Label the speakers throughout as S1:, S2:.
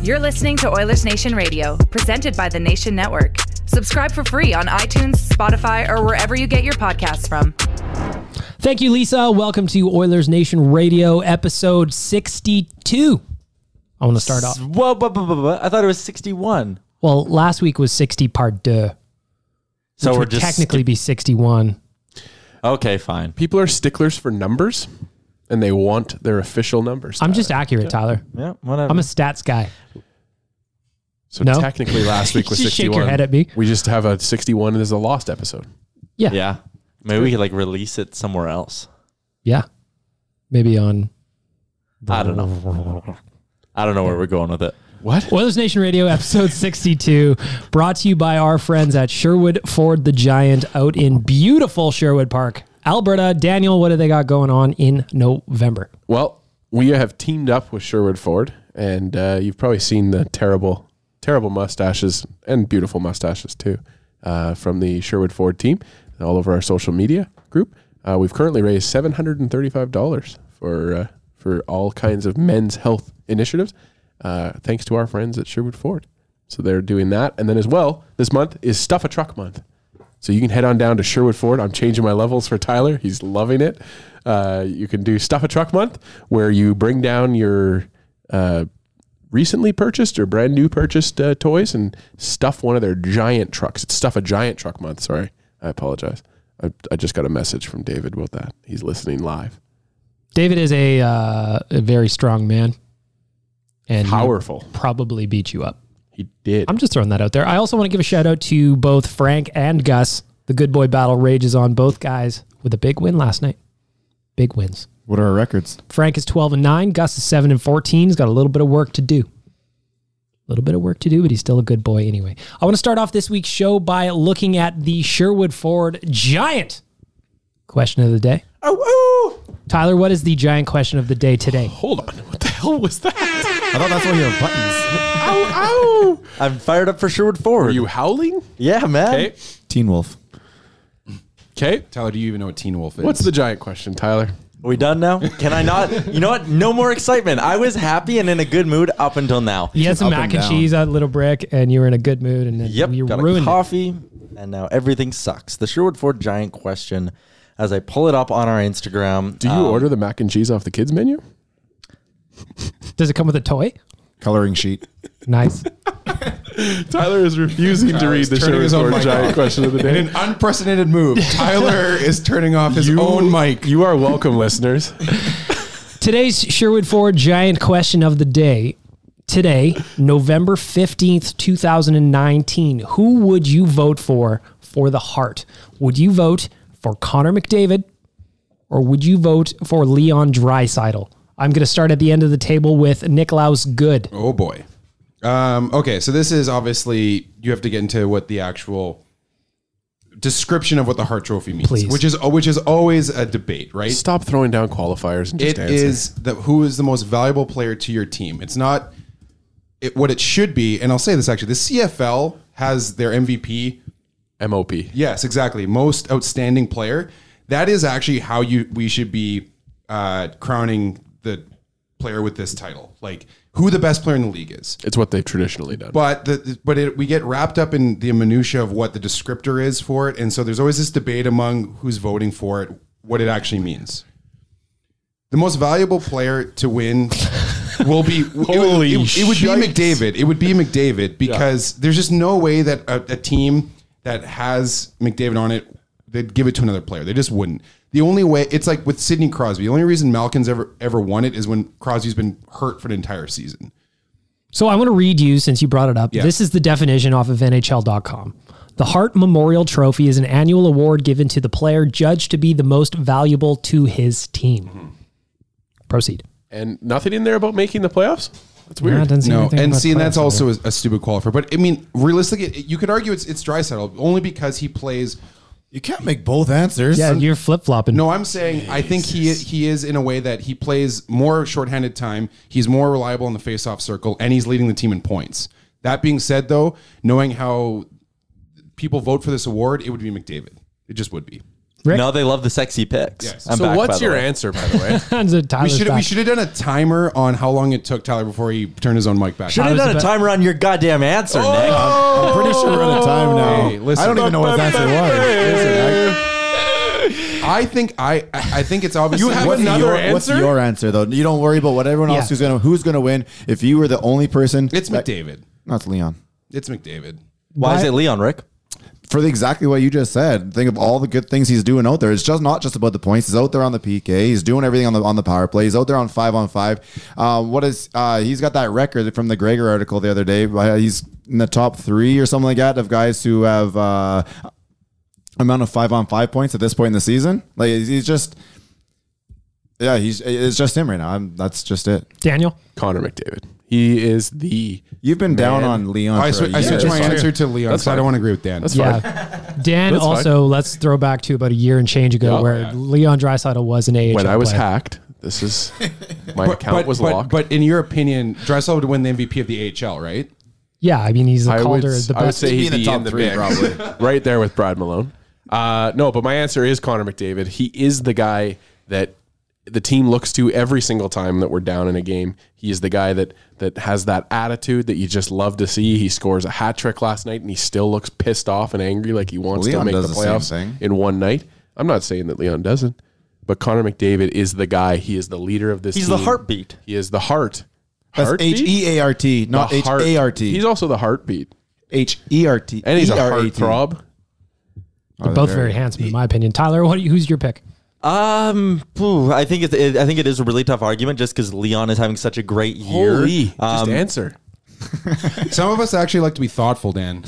S1: You're listening to Oilers Nation Radio, presented by the Nation Network. Subscribe for free on iTunes, Spotify, or wherever you get your podcasts from.
S2: Thank you, Lisa. Welcome to Oilers Nation Radio, episode 62. I want to start off.
S3: Whoa, bu- bu- bu- bu- I thought it was 61.
S2: Well, last week was 60 part deux.
S3: So
S2: which
S3: we're
S2: would
S3: just
S2: technically be 61.
S3: okay, fine.
S4: People are sticklers for numbers, and they want their official numbers.
S2: I'm just accurate, Tyler.
S3: Yeah, whatever.
S2: I'm a stats guy.
S4: so
S2: no.
S4: technically last week was
S2: Just shake your
S4: 61.
S2: head at me.
S4: We just have a 61, and this is the lost episode.
S2: Yeah. Yeah.
S3: yeah. Maybe we could like release it somewhere else.
S2: Maybe on
S3: I don't know. I don't know where we're going with it.
S4: What?
S2: Oilers Nation Radio, episode 62, brought to you by our friends at Sherwood Ford the Giant out in beautiful Sherwood Park, Alberta. Daniel, what do they got going on in November?
S4: Well, we have teamed up with Sherwood Ford, and uh, you've probably seen the terrible, terrible mustaches and beautiful mustaches too uh, from the Sherwood Ford team all over our social media group. Uh, we've currently raised seven hundred and thirty-five dollars for uh, for all kinds of men's health initiatives, uh, thanks to our friends at Sherwood Ford. So they're doing that, and then as well, this month is Stuff a Truck Month. So you can head on down to Sherwood Ford. I'm changing my levels for Tyler. He's loving it. Uh, you can do Stuff a Truck Month, where you bring down your uh, recently purchased or brand new purchased uh, toys and stuff one of their giant trucks. It's Stuff a Giant Truck Month. Sorry, I apologize. I, I just got a message from David about that. He's listening live.
S2: David is a, uh, a very strong man. And he
S4: Powerful.
S2: probably beat you up.
S4: He did.
S2: I'm just throwing that out there. I also want to give a shout out to both Frank and Gus. The good boy battle rages on both guys with a big win last night. Big wins.
S5: What are our records?
S2: Frank is 12 and 9. Gus is 7 and 14. He's got a little bit of work to do. A little bit of work to do, but he's still a good boy anyway. I want to start off this week's show by looking at the Sherwood Ford Giant question of the day.
S4: oh, oh,
S2: Tyler, what is the giant question of the day today?
S4: hold on. What the hell was that?
S5: I thought that's one of your buttons.
S4: ow, ow.
S3: I'm fired up for Sherwood Forward.
S4: Were you howling?
S3: yeah, man.
S4: Okay.
S5: Teen Wolf.
S4: Okay.
S5: Tyler, do you even know what Teen Wolf is?
S4: What's the giant question, Tyler?
S3: Are we done now? Can I not? You know what? No more excitement. I was happy and in a good mood up until now.
S2: You had some
S5: Up and
S2: mac and
S5: down.
S2: cheese at Little Brick, and you were in a good mood, and then
S3: Yep,
S2: you
S3: got
S2: ruined
S3: a
S2: it.
S3: coffee, and now everything sucks. The Sherwood Ford Giant question. As I pull it up on our Instagram,
S4: Do you
S3: um,
S4: order the mac and cheese off the kids menu?
S2: Does it come with a toy?
S5: Coloring sheet.
S2: Nice.
S4: Tyler is refusing to read the
S5: turning
S4: Sherwood
S5: his own
S4: Ford
S5: mic
S4: Giant
S5: off.
S4: question of the
S5: In
S4: day.
S5: an unprecedented move, Tyler is turning off his own mic.
S4: You are welcome, listeners.
S2: Today's Sherwood Ford Giant question of the day today, November 15th, 2019, who would you vote for for the heart? Would you vote for Connor McDavid or would you vote for Leon Dreisidel? I'm going to start at the end of the table with Niklaus Good.
S6: Oh boy. Um, okay, so this is obviously you have to get into what the actual description of what the Hart Trophy means,
S4: Please.
S6: which is which is always a debate, right?
S4: Stop throwing down qualifiers and just
S6: It
S4: answer.
S6: is the who is the most valuable player to your team. It's not it, what it should be, and I'll say this actually: the CFL has their MVP,
S4: MOP.
S6: Yes, exactly, most outstanding player. That is actually how you we should be uh, crowning the player with this title, like who the best player in the league is.
S4: It's what they've traditionally done.
S6: But the, but it, we get wrapped up in the minutia of what the descriptor is for it, and so there's always this debate among who's voting for it, what it actually means. The most valuable player to win will be it would-
S4: Holy
S6: It, it would
S4: shite.
S6: be McDavid. It would be McDavid because there's just no way that a, a team that has McDavid on it they'd give it to another player. They just wouldn't. The only way it's like with Sidney Crosby. The only reason Malkin's ever ever won it is when Crosby's been hurt for an entire season.
S2: So I want to read you since you brought it up.
S6: Yeah.
S2: This is the definition off of NHL.com. The Hart Memorial Trophy is an annual award given to the player judged to be the most valuable to his team.
S6: Mm-hmm.
S2: Proceed.
S4: And nothing in there about making the playoffs? That's weird.
S6: no, and see, and that's also a, a stupid qualifier. But I mean, realistically, it, you could argue it's it's Drysaddle only because he plays. You can't make both answers.
S2: Yeah, you're flip flopping.
S6: No, I'm saying I think he he is in a way that he plays more shorthanded time. He's more reliable in the faceoff circle, and he's leading the team in points. That being said, though, knowing how people vote for this award, it would be McDavid. It just would be.
S7: No, they love the sexy picks.
S6: Yes.
S7: I'm
S6: So
S7: back,
S6: what's
S7: by the
S6: your
S7: way.
S4: answer, by the way?
S6: we should we should have done a timer on how long it took Tyler before he turned his own mic back.
S7: Should have done a timer on your goddamn answer,
S8: Oh,
S7: Nick.
S6: I'm
S7: pretty sure we're out of time now.
S6: listen.
S7: I don't even know what that answer was.
S6: I think I I I think it's obvious.
S8: What's your, What's your answer though? You don't worry about what everyone else
S6: Yeah.
S8: who's gonna who's gonna win. If you were the only person,
S6: It's
S8: that-
S6: McDavid.
S8: No, it's Leon.
S6: It's McDavid.
S8: Why is it
S7: Leon, Rick?
S8: For the, exactly what you just said. Think of all the good things he's doing out there. It's just not just about the points. He's out there on the PK. He's doing everything on the on the power play. He's out there on five on five. Um, what is uh, he's got that record from the Gregor article the other day. Uh, He's in the top three or something like that of guys who have uh, amount of five on five points at this point in the season. Like he's- he's just. Yeah, he's it's just him right now. I'm, that's just it.
S2: Daniel
S4: Connor McDavid. He is the.
S8: You've been down on Leon.
S6: I, swi- I switched my answer to Leon because I don't want to agree with Dan.
S2: yeah. Dan
S6: That's fine.
S2: also, let's throw back to about a year and change ago
S4: Yeah.
S2: where Leon Dreisidel was an AHL
S4: When I was
S2: player.
S4: hacked, this is. My account was
S6: but,
S4: locked.
S6: But in your opinion, Dressel would win the MVP of the AHL, right?
S2: Yeah, I mean, he's the Calder,
S4: s-
S2: the best.
S4: I would say he'd be in the top three, probably. right there with Brad Malone. Uh, no, but my answer is Connor McDavid. He is the guy that the team looks to every single time that we're down in a game. He is the guy that that has that attitude that you just love to see. He scores a hat trick last night, and he still looks pissed off and angry, like he wants
S8: Leon
S4: to make
S8: does the
S4: the
S8: same
S4: playoffs
S8: thing.
S4: in one night. I'm not saying that Leon doesn't, but Connor McDavid is the guy. He is the leader of this.
S8: He's the
S4: team.
S8: heartbeat.
S4: He is the heart.
S8: That's
S4: Heartbeat?
S8: H E A R T, not
S4: The
S8: H
S4: heart.
S8: A R T.
S4: He's also the heartbeat.
S8: H E R T.
S4: And he's a
S8: E-R-A-T.
S4: heartthrob.
S2: They're both very handsome, in my opinion. Tyler, what, who's your pick?
S7: Um, phew, I think it's, it, I think it is a really tough argument just because Leon is having such a great year.
S6: Holy, just
S7: Um,
S4: answer.
S6: Some of us actually like to be thoughtful, Dan.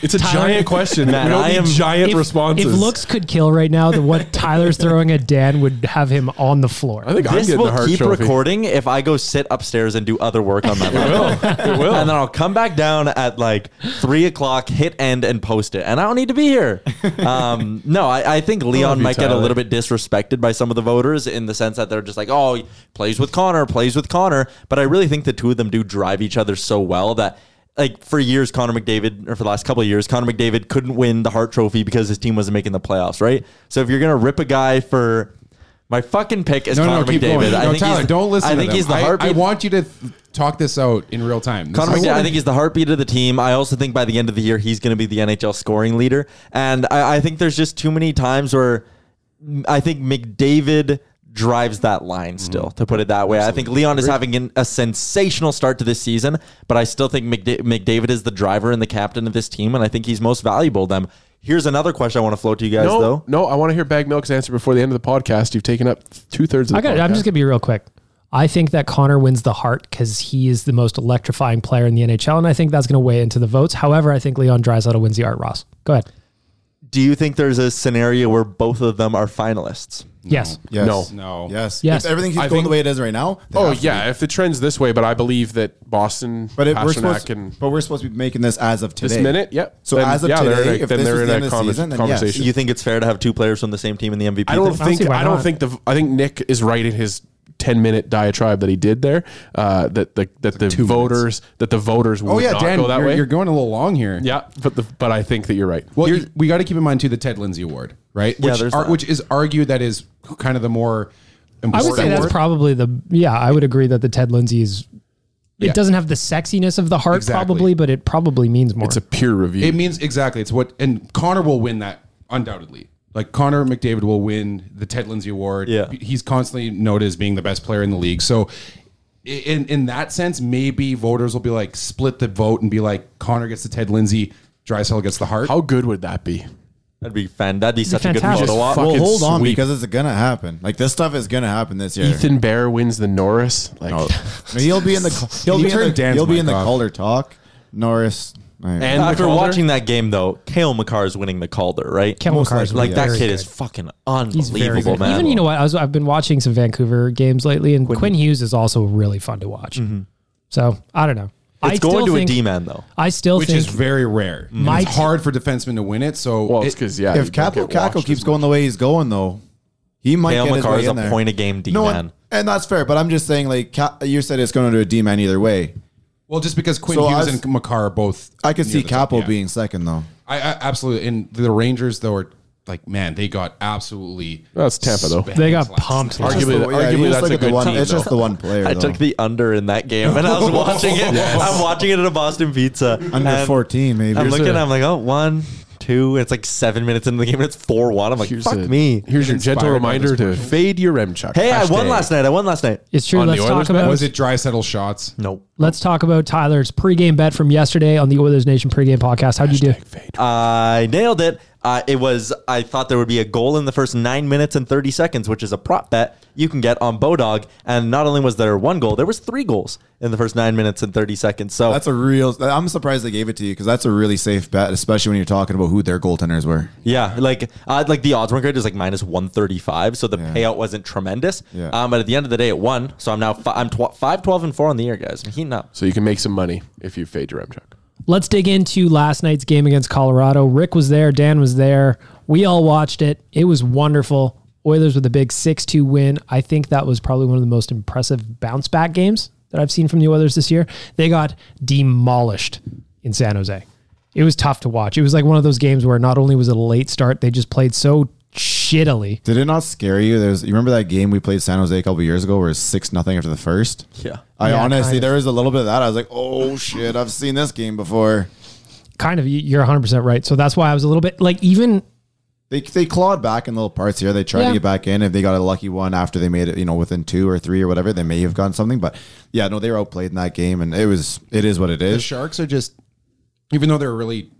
S4: it's a
S2: Tyler-
S4: giant question.
S6: Man,
S4: we don't
S6: I
S4: need
S6: am-
S4: giant
S2: if,
S4: responses.
S2: If looks could kill right now, then what Tyler's throwing at Dan would have him on the floor.
S7: this will keep recording if I go sit upstairs and do other work on my laptop. It will. And then I'll come back down at like three o'clock, hit end, and post it. And I don't need to be here. Um, no, I, I think Leon
S4: you,
S7: might get a
S4: Tyler.
S7: little bit disrespected by some of the voters in the sense that they're just like, oh, he plays with Connor, plays with Connor. But I really think the two of them do drive each other so well that. Like for years, Connor McDavid, or for the last couple of years, Connor McDavid couldn't win the Hart Trophy because his team wasn't making the playoffs, right? So if you're gonna rip a guy for my fucking pick is
S6: No, no,
S7: Connor
S6: no, keep
S7: McDavid.
S6: going.
S7: I
S6: No,
S7: think
S6: Tyler,
S7: he's,
S6: don't listen.
S7: I think
S6: to them.
S7: he's the
S6: I-
S7: heartbeat.
S6: I, want you to th- talk this out in real time. This
S7: Connor
S6: is-
S7: McDavid. I think he's the heartbeat of the team. I also think by the end of the year he's going to be the NHL scoring leader. And I, I think there's just too many times where mm, I think McDavid drives that
S4: Mm-hmm.
S7: line still to put it that way i think leon is having an, a sensational start to this season but i still think McDa- mcdavid is the driver and the captain of this team and i think he's most valuable to them here's another question i want to float to you guys
S4: no,
S7: though
S4: no, I want to hear Bag Milk's answer before the end of the podcast. You've taken up two thirds of the
S2: I got. I'm
S4: podcast.
S2: just gonna be real quick. I think that Connor wins the heart because he is the most electrifying player in the NHL, and I think that's going to weigh into the votes. However, I think Leon Draisaitl wins the Art Ross. Go ahead.
S7: Do you think there's a scenario where both of them are finalists?
S2: Yes.
S4: Yes. No.
S6: No.
S8: Yes.
S2: Yes.
S8: If everything keeps
S4: I
S8: going
S4: think-
S8: the way it is right now. then
S4: Oh
S8: absolutely.
S4: yeah, if the trend's this way, but I believe that Boston,
S8: But if we're
S4: Pasternak,
S8: supposed,
S4: and
S8: but we're supposed to be making this as of today.
S4: this minute, yep.
S8: So
S4: Then,
S8: as of
S4: yeah, they're in
S8: today,
S4: a-
S8: if
S4: then
S8: this
S4: they're
S8: is
S4: in
S8: the
S4: a
S8: end of the
S4: conver-
S8: season, then
S4: conversation.
S8: yes.
S7: You think it's fair to have two players from the same team in the MVP?
S4: I don't
S7: thing?
S2: I don't see
S4: think
S2: why
S4: I don't
S2: not.
S4: think the I think Nick is right in his ten minute diatribe that he did there. Uh, that the that the
S6: two
S4: voters that the voters would
S6: Oh yeah,
S4: not
S6: Dan,
S4: go that
S6: you're,
S4: way.
S6: you're going a little long here.
S4: yeah, but the, but I think that you're right.
S6: Well,
S4: Here's-
S6: you- we got to keep in mind too the Ted Lindsay Award, right?
S7: Yeah,
S6: Which,
S7: there's
S6: are,
S7: that.
S6: which is argued that is kind of the more.
S2: I would say
S6: important
S2: that's
S6: award.
S2: probably the yeah. I would agree that the Ted Lindsay is. It
S6: Yeah.
S2: doesn't have the sexiness of the heart,
S6: Exactly.
S2: probably, but it probably means more.
S4: it's a peer review.
S6: It means exactly. It's what and Connor will win that undoubtedly. Like Connor McDavid will win the Ted Lindsay Award.
S7: Yeah.
S6: he's constantly noted as being the best player in the league. So, i- in in that sense, maybe voters will be like split the vote and be like Connor gets the Ted Lindsay, Drysdale gets the heart.
S4: How good would that be?
S7: That'd be fan. That'd be such a
S2: fantastic.
S7: good photo op.
S4: Just
S8: Well,
S4: fucking
S8: hold on
S4: sweep.
S8: because it's gonna happen. Like this stuff is gonna happen this year.
S4: Ethan Bear wins the Norris. Like,
S8: No. No, he'll be in the he'll
S6: Can you
S8: be in
S6: turn
S8: the,
S6: Dan's
S8: he'll be in
S6: mic
S8: the
S6: off?
S8: Calder talk. Norris I-
S4: and
S7: After
S4: McCullough?
S7: watching that game, though, Kale McCarr is winning the Calder, right?
S2: Kale
S8: Most
S2: McCarr is
S8: likely, yeah.
S7: like that
S2: very
S7: kid
S2: good.
S7: is fucking
S2: He's very
S7: unbelievable,
S2: good.
S7: man.
S2: Even you know what? I was, I've been watching some Vancouver games lately, and Quinn, Hughes is also really fun to watch. So I don't know. I
S7: it's going
S2: still
S7: to
S2: think-
S7: a D man though.
S2: I still
S6: which
S2: think
S6: is very rare. And
S2: My
S6: it's
S2: t-
S6: hard for defensemen to win it. So
S4: Well, it's
S6: it-
S4: 'cause, yeah,
S8: if
S4: you don't
S8: Capo
S4: get washed
S8: Caco
S4: as
S8: keeps
S4: much.
S8: going the way he's going though, he might
S7: Kale
S8: get his
S7: McCarr
S8: way
S7: is
S8: in
S7: a
S8: there.
S7: point a game D
S8: No,
S7: man.
S8: and, and that's fair. But I'm just saying, like Ca- you said, it's going to a D man either way.
S6: well, just because Quinn
S8: So
S6: Hughes
S8: I've-
S6: and Makar are both,
S8: I could
S6: near
S8: see
S6: the top,
S8: Capo
S6: yeah.
S8: being second though.
S6: I, I absolutely. And the Rangers though are like, man, they got absolutely.
S4: That's Tampa though.
S6: spanked
S2: they got
S6: last
S2: pumped.
S4: Arguably-
S8: Just the-
S4: arguably
S8: you just
S4: that's
S8: look
S4: a
S8: at the
S4: good
S8: one,
S4: team,
S8: It's just
S4: though.
S8: the one player.
S7: I
S8: though.
S7: took the under in that game, and I was watching it. I'm watching it at a Boston Pizza.
S8: Under
S7: and
S8: 14, maybe.
S7: I'm
S8: Here's
S7: looking.
S8: a-
S7: I'm like, oh, one, two. It's like seven minutes into the game, and it's four one. I'm like,
S4: Here's
S7: fuck
S4: a-
S7: me.
S4: Here's your
S6: Inspired
S4: gentle
S6: by
S4: reminder
S6: this
S4: to
S6: commercial.
S4: fade your rem check.
S7: Hey, I won
S4: Hashtag.
S7: last night. I won last night.
S2: it's true.
S4: on the
S2: Let's
S4: Oilers
S2: talk
S4: bet?
S2: about
S6: Was it dry settle shots?
S7: Nope.
S2: let's talk about Tyler's pregame bet from yesterday on the Oilers Nation pregame podcast. How'd you do?
S7: I nailed it. Uh, it was. I thought there would be a goal in the first nine minutes and thirty seconds, which is a prop bet you can get on Bodog. And not only was there one goal, there was three goals in the first nine minutes and thirty seconds. So
S8: That's a real. I'm surprised they gave it to you because that's a really safe bet, especially when you're talking about who their goaltenders were.
S7: yeah, like uh, like the odds weren't great. It was like minus one thirty five, so the
S8: Yeah.
S7: payout wasn't tremendous.
S8: Yeah.
S7: Um, but at the end of the day, it won. So I'm now fi- I'm tw- five twelve and four on the year, guys. I'm heating up.
S4: So you can make some money if you fade your rem check.
S2: Let's dig into last night's game against Colorado. Rick was there, Dan was there. We all watched it. It was wonderful. Oilers with a big 6 2 win. I think that was probably one of the most impressive bounce back games that I've seen from the Oilers this year. They got demolished in San Jose. It was tough to watch. It was like one of those games where not only was it a late start, they just played so shittily.
S8: Did it not scare you? There's, you remember that game we played San Jose a couple years ago, where it's six nothing after the first.
S7: Yeah.
S8: I
S2: Yeah,
S8: honestly,
S2: kind of.
S8: there was a little bit of that. I was like, oh shit, I've seen this game before.
S2: Kind of, you- you're 100% right. So that's why I was a little bit like, even
S8: They, they clawed back in little parts here. They tried
S2: Yeah.
S8: to get back in. If they got a lucky one after they made it, you know, within two or three or whatever, they may have gotten something. But yeah, no, they were outplayed in that game, and it was it is what it
S6: The
S8: is.
S6: Sharks are just, even though they're really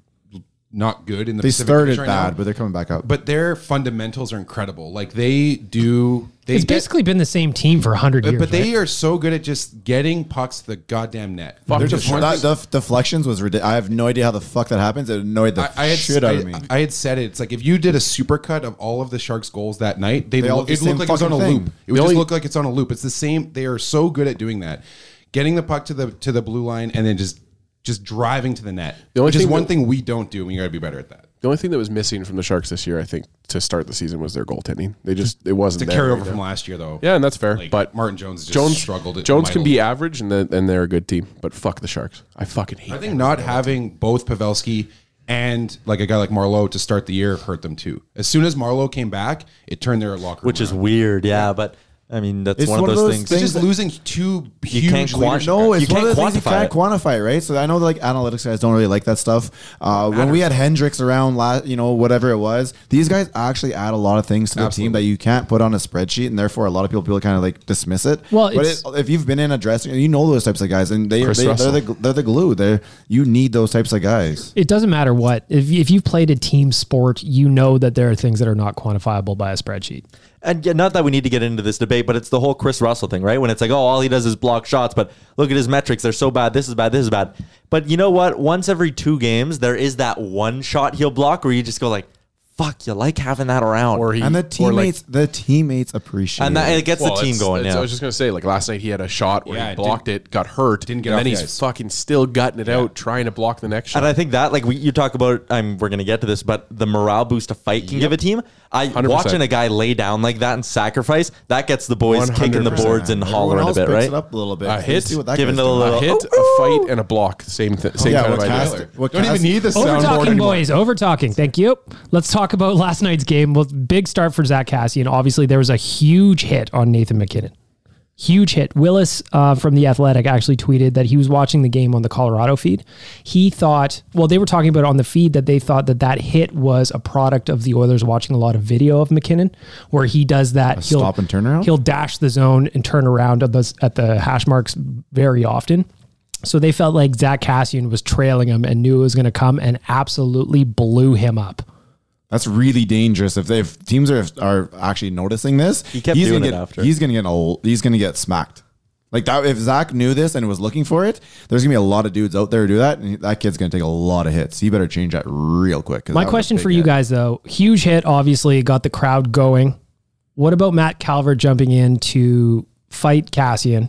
S6: not good in the
S8: they
S6: Pacific
S8: started
S6: Division right
S8: bad,
S6: now,
S8: but they're coming back up.
S6: but their fundamentals are incredible. Like they do, they
S2: it's
S6: get-
S2: basically been the same team for 100
S6: but,
S2: years.
S6: but
S2: right?
S6: they are so good at just getting pucks to the goddamn net. They're
S8: Their
S6: just
S8: def-
S6: one
S8: that,
S6: thing-
S8: def- deflections was ridiculous. I have no idea how the fuck that happens. It annoyed the
S6: I, I had
S8: shit out
S6: I-
S8: of me.
S6: I had said it. It's like if you did a supercut of all of the Sharks' goals that night, they,
S8: They all
S6: lo-
S8: did
S6: it
S8: the same
S6: looked like it was on a
S8: fucking
S6: loop.
S8: thing.
S6: It would just look like it's on a loop. It's the same. They are so good at doing that, getting the puck to the to the blue line and then just just driving to the net.
S4: The only
S6: which is
S4: thing
S6: one
S4: that-
S6: thing we don't do. and We got to be better at that.
S4: The only thing that was missing from the Sharks this year, I think, to start the season was their goaltending. They just it wasn't
S6: To
S4: there
S6: carry
S4: right
S6: over
S4: now.
S6: from last year, though.
S4: Yeah, and that's fair.
S6: Like,
S4: but
S6: Martin Jones just
S4: Jones
S6: struggled it
S4: Jones can
S6: mightily.
S4: be average, and then and they're a good team. But fuck the Sharks. I fucking hate.
S6: I think
S4: them.
S6: not having both Pavelski and like a guy like Marlowe to start the year hurt them too. As soon as Marlowe came back, it turned their locker room
S7: which is
S6: around.
S7: weird. Yeah, but I mean that's
S8: It's
S7: one, of those, things.
S6: It's just losing two huge
S7: can't quanti-
S6: leadership
S8: No, Oh,
S7: You
S8: it's one of the
S7: can't
S8: things you
S7: quantify
S8: can't
S7: it.
S8: quantify, right? So I know like analytics guys don't really like that stuff. Uh, when we had Hendricks around last, you know, whatever it was, these guys actually add a lot of things to the team that you can't put on a spreadsheet, and therefore a lot of people people kind of like dismiss it.
S2: Well,
S8: but
S2: it's-
S8: it, if you've been in a dressing, you know those types of guys, and they,
S4: Chris
S8: they they're
S4: Russell.
S8: the they're the glue. They you need those types of guys.
S2: It doesn't matter what. If, if you've played a team sport, you know that there are things that are not quantifiable by a spreadsheet.
S7: and yeah, not that we need to get into this debate, but it's the whole Chris Russell thing, right? When it's like, oh, all he does is block shots, but look at his metrics. They're so bad. This is bad. This is bad. But you know what? Once every two games, there is that one shot he'll block where you just go like, fuck, you like having that around. Or
S8: and the teammates, the teammates appreciate
S7: And that- it gets the team
S4: it's-
S7: going,
S4: it's-
S7: yeah.
S4: I was just gonna say, like last night he had a shot where
S6: Yeah,
S4: he
S6: it
S4: blocked it, got hurt,
S6: didn't get
S4: and
S6: off
S4: then
S6: the
S4: he's
S6: ice.
S4: fucking still gutting it out, trying to block the next shot.
S7: And I think that, like, we, you talk about, I'm, we're going to get to this, but the morale boost a fight can give a team. I
S4: 100%.
S7: watching a guy lay down like that and sacrifice that gets the boys kicking the
S4: 100%.
S7: boards and
S8: Everyone
S7: hollering a
S8: else
S7: bit,
S8: picks
S7: right?
S8: it up a little bit.
S4: A
S8: You
S4: hit,
S8: see what that
S7: giving
S8: guy's
S7: it a
S8: doing.
S7: little-
S4: a hit, a fight, and a block. Same, th- same
S8: yeah,
S4: kind
S8: what
S4: of
S8: cast,
S4: idea.
S8: what
S6: Don't even
S8: cast-
S6: need the
S2: Over
S6: soundboard
S2: talking,
S6: anymore.
S2: boys. Over talking. Thank you. Let's talk about last night's game. Well, big start for Zach Cassian. Obviously, there was a huge hit on Nathan McKinnon. Huge hit. Willis uh, from The Athletic actually tweeted that he was watching the game on the Colorado feed. He thought, well, they were talking about it on the feed that they thought that that hit was a product of the Oilers watching a lot of video of McKinnon, where he does that. he'll-
S8: stop and turn around?
S2: He'll dash the zone and turn around at the, at the hash marks very often. So they felt like Zach Cassian was trailing him and knew it was going to come and absolutely blew him up.
S8: That's really dangerous. If they if teams are are actually noticing this, he
S7: kept
S8: he's
S7: doing
S8: gonna
S7: it
S8: get,
S7: after.
S8: He's gonna get a, he's gonna get smacked. Like that, if Zach knew this and was looking for it, there's gonna be a lot of dudes out there who do that, and that kid's gonna take a lot of hits. You better change that real quick. 'cause
S2: My
S8: that was a
S2: question
S8: big
S2: for you
S8: hit.
S2: guys though, huge hit obviously got the crowd going. What about Matt Calvert jumping in to fight Cassian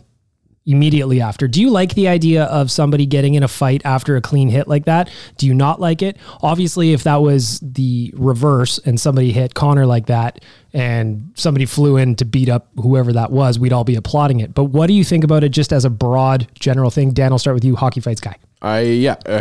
S2: immediately after? Do you like the idea of somebody getting in a fight after a clean hit like that? Do you not like it? Obviously, if that was the reverse and somebody hit Connor like that and somebody flew in to beat up whoever that was, we'd all be applauding it. But what do you think about it just as a broad general thing? Dan, I'll start with you, hockey fights guy.
S4: I yeah, uh,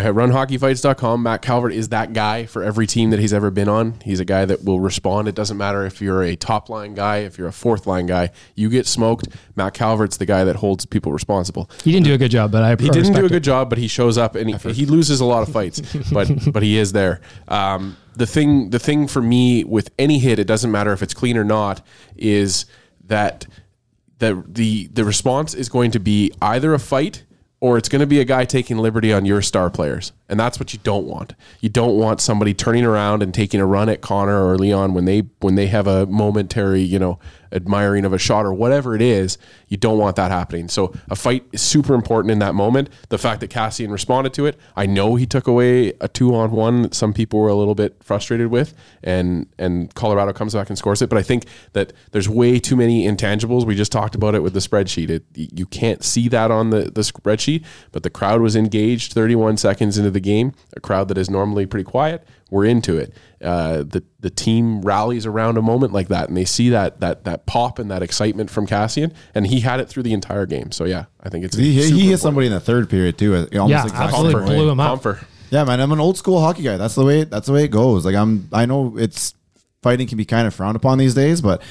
S4: runhockeyfights.com. Matt Calvert is that guy for every team that he's ever been on. He's a guy that will respond. It doesn't matter if you're a top line guy, if you're a fourth line guy, you get smoked. Matt Calvert's the guy that holds people responsible.
S2: He didn't do a good job, but I
S4: He didn't do a good job, but he shows up and he, he loses a lot of fights, but but he is there. Um, the thing the thing for me with any hit, it doesn't matter if it's clean or not, is that the the the response is going to be either a fight or it's going to be a guy taking liberty on your star players, and that's what you don't want. You don't want somebody turning around and taking a run at Connor or Leon when they when they have a momentary you know admiring of a shot or whatever it is. You don't want that happening. So a fight is super important in that moment. The fact that Cassian responded to it, I know he took away a two on one that some people were a little bit frustrated with, and and Colorado comes back and scores it. But I think that there's way too many intangibles. We just talked about it with the spreadsheet. It, you can't see that on the the spreadsheet, but the crowd was engaged 31 seconds into the game. A crowd that is normally pretty quiet, we're into it. Uh, the the team rallies around a moment like that, and they see that that that pop and that excitement from Cassian, and he had it through the entire game. So yeah, I think it's
S8: He, he,
S4: super
S8: he hit
S4: important.
S8: somebody in the third period too. uh, Almost
S2: Yeah,
S8: exactly
S2: absolutely
S8: the same way.
S2: blew him up.
S4: Comfer.
S8: Yeah, man, I'm an old school hockey guy. That's the way. That's the way it goes. Like I'm. I know it's fighting can be kind of frowned upon these days, but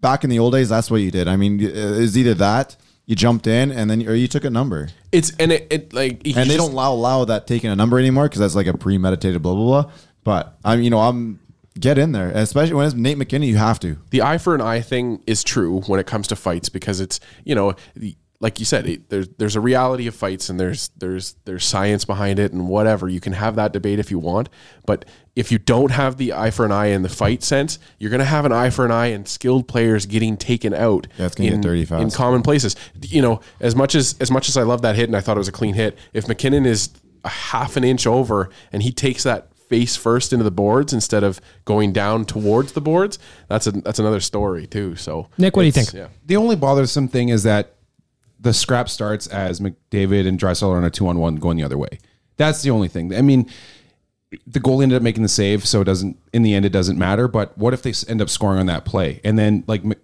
S8: back in the old days, that's what you did. I mean, it's either that you jumped in and then or you took a number,
S4: It's and it, it like he
S8: and they
S4: just-
S8: don't allow, allow that taking a number anymore because that's like a premeditated blah blah blah. But I'm, you know, I'm get in there, especially when it's Nate McKinney. You have to.
S4: the eye for an eye thing is true when it comes to fights because it's you know the- like you said it, there's there's a reality of fights and there's there's there's science behind it and whatever you can have that debate if you want but if you don't have the eye for an eye in the fight sense you're going to have an eye for an eye and skilled players getting taken out
S8: Yeah, it's gonna get
S4: in-
S8: dirty
S4: in
S8: fast.
S4: common places. You know, as much as as much as I love that hit and I thought it was a clean hit, if McKinnon is a half an inch over and he takes that face first into the boards instead of going down towards the boards, that's a that's another story too. So
S2: Nick, what do you
S4: it's-
S2: think?
S4: Yeah.
S6: The only bothersome thing is that the scrap starts as McDavid and Drysdale are on a two on one going the other way. That's the only thing. I mean, the goalie ended up making the save, so it doesn't. In the end, it doesn't matter. But what if they s- end up scoring on that play? And then like Mc-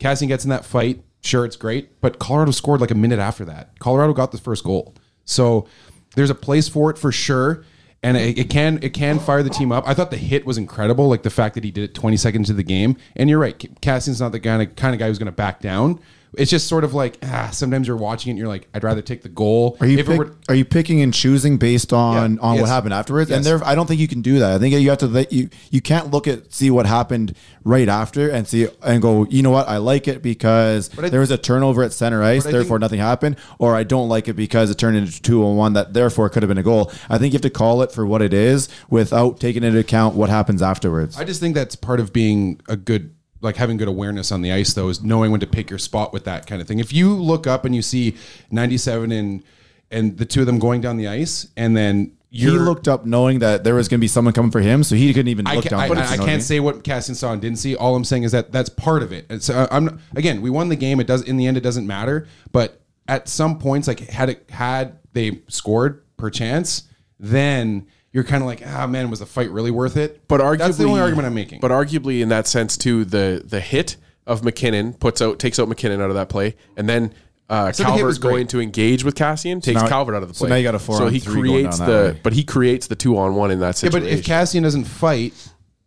S6: Cassian gets in that fight. Sure, it's great, but Colorado scored like a minute after that. Colorado got the first goal, so there's a place for it for sure. And it, it can it can fire the team up. I thought the hit was incredible, like the fact that he did it 20 seconds into the game. And you're right, Ca- Cassian's not the kind of kind of guy who's going to back down. It's just sort of like ah, sometimes you're watching it, and you're like, I'd rather take the goal.
S8: Are you
S6: If it
S8: pick,
S6: were-
S8: are you picking and choosing based on
S6: Yeah.
S8: on
S6: Yes.
S8: what happened afterwards? And
S6: Yes.
S8: there, I don't think you can do that. I think you have to let you you can't look at see what happened right after and see and go. You know what? I like it because
S6: I-
S8: there was a turnover at center ice,
S6: But I
S8: therefore
S6: think-
S8: nothing happened. Or I don't like it because it turned into two on one that therefore could have been a goal. I think you have to call it for what it is without taking into account what happens afterwards.
S6: I just think that's part of being a good like having good awareness on the ice though is knowing when to pick your spot with that kind of thing. If you look up and you see 97 and and the two of them going down the ice and then
S8: He
S6: you're
S8: looked up knowing that there was going to be someone coming for him, so he couldn't even
S6: I,
S8: look
S6: ca-
S8: down.
S6: I,
S8: first,
S6: I-
S8: you know
S6: I can't
S8: what mean?
S6: say what Cassian saw and didn't see. All I'm saying is that that's part of it. And so I- I'm not- again, we won the game. It does in the end, it doesn't matter. But at some points, like had it had they scored perchance, then you're kind of like, ah, man, was the fight really worth it?
S4: But arguably,
S6: that's the only argument I'm making.
S4: But arguably, in that sense, too, the the hit of McKinnon puts out takes out McKinnon out of that play, and then uh,
S6: So the hit
S4: Calvert's
S6: was great.
S4: going to engage with Cassian, takes
S8: now-
S4: Calvert out of the
S8: so
S4: play.
S8: now you got a four
S4: So
S8: on
S4: he
S8: three going
S4: creates
S8: down
S4: the
S8: that way.
S4: but he creates the two on one in that
S6: yeah,
S4: situation.
S6: but if Cassian doesn't fight.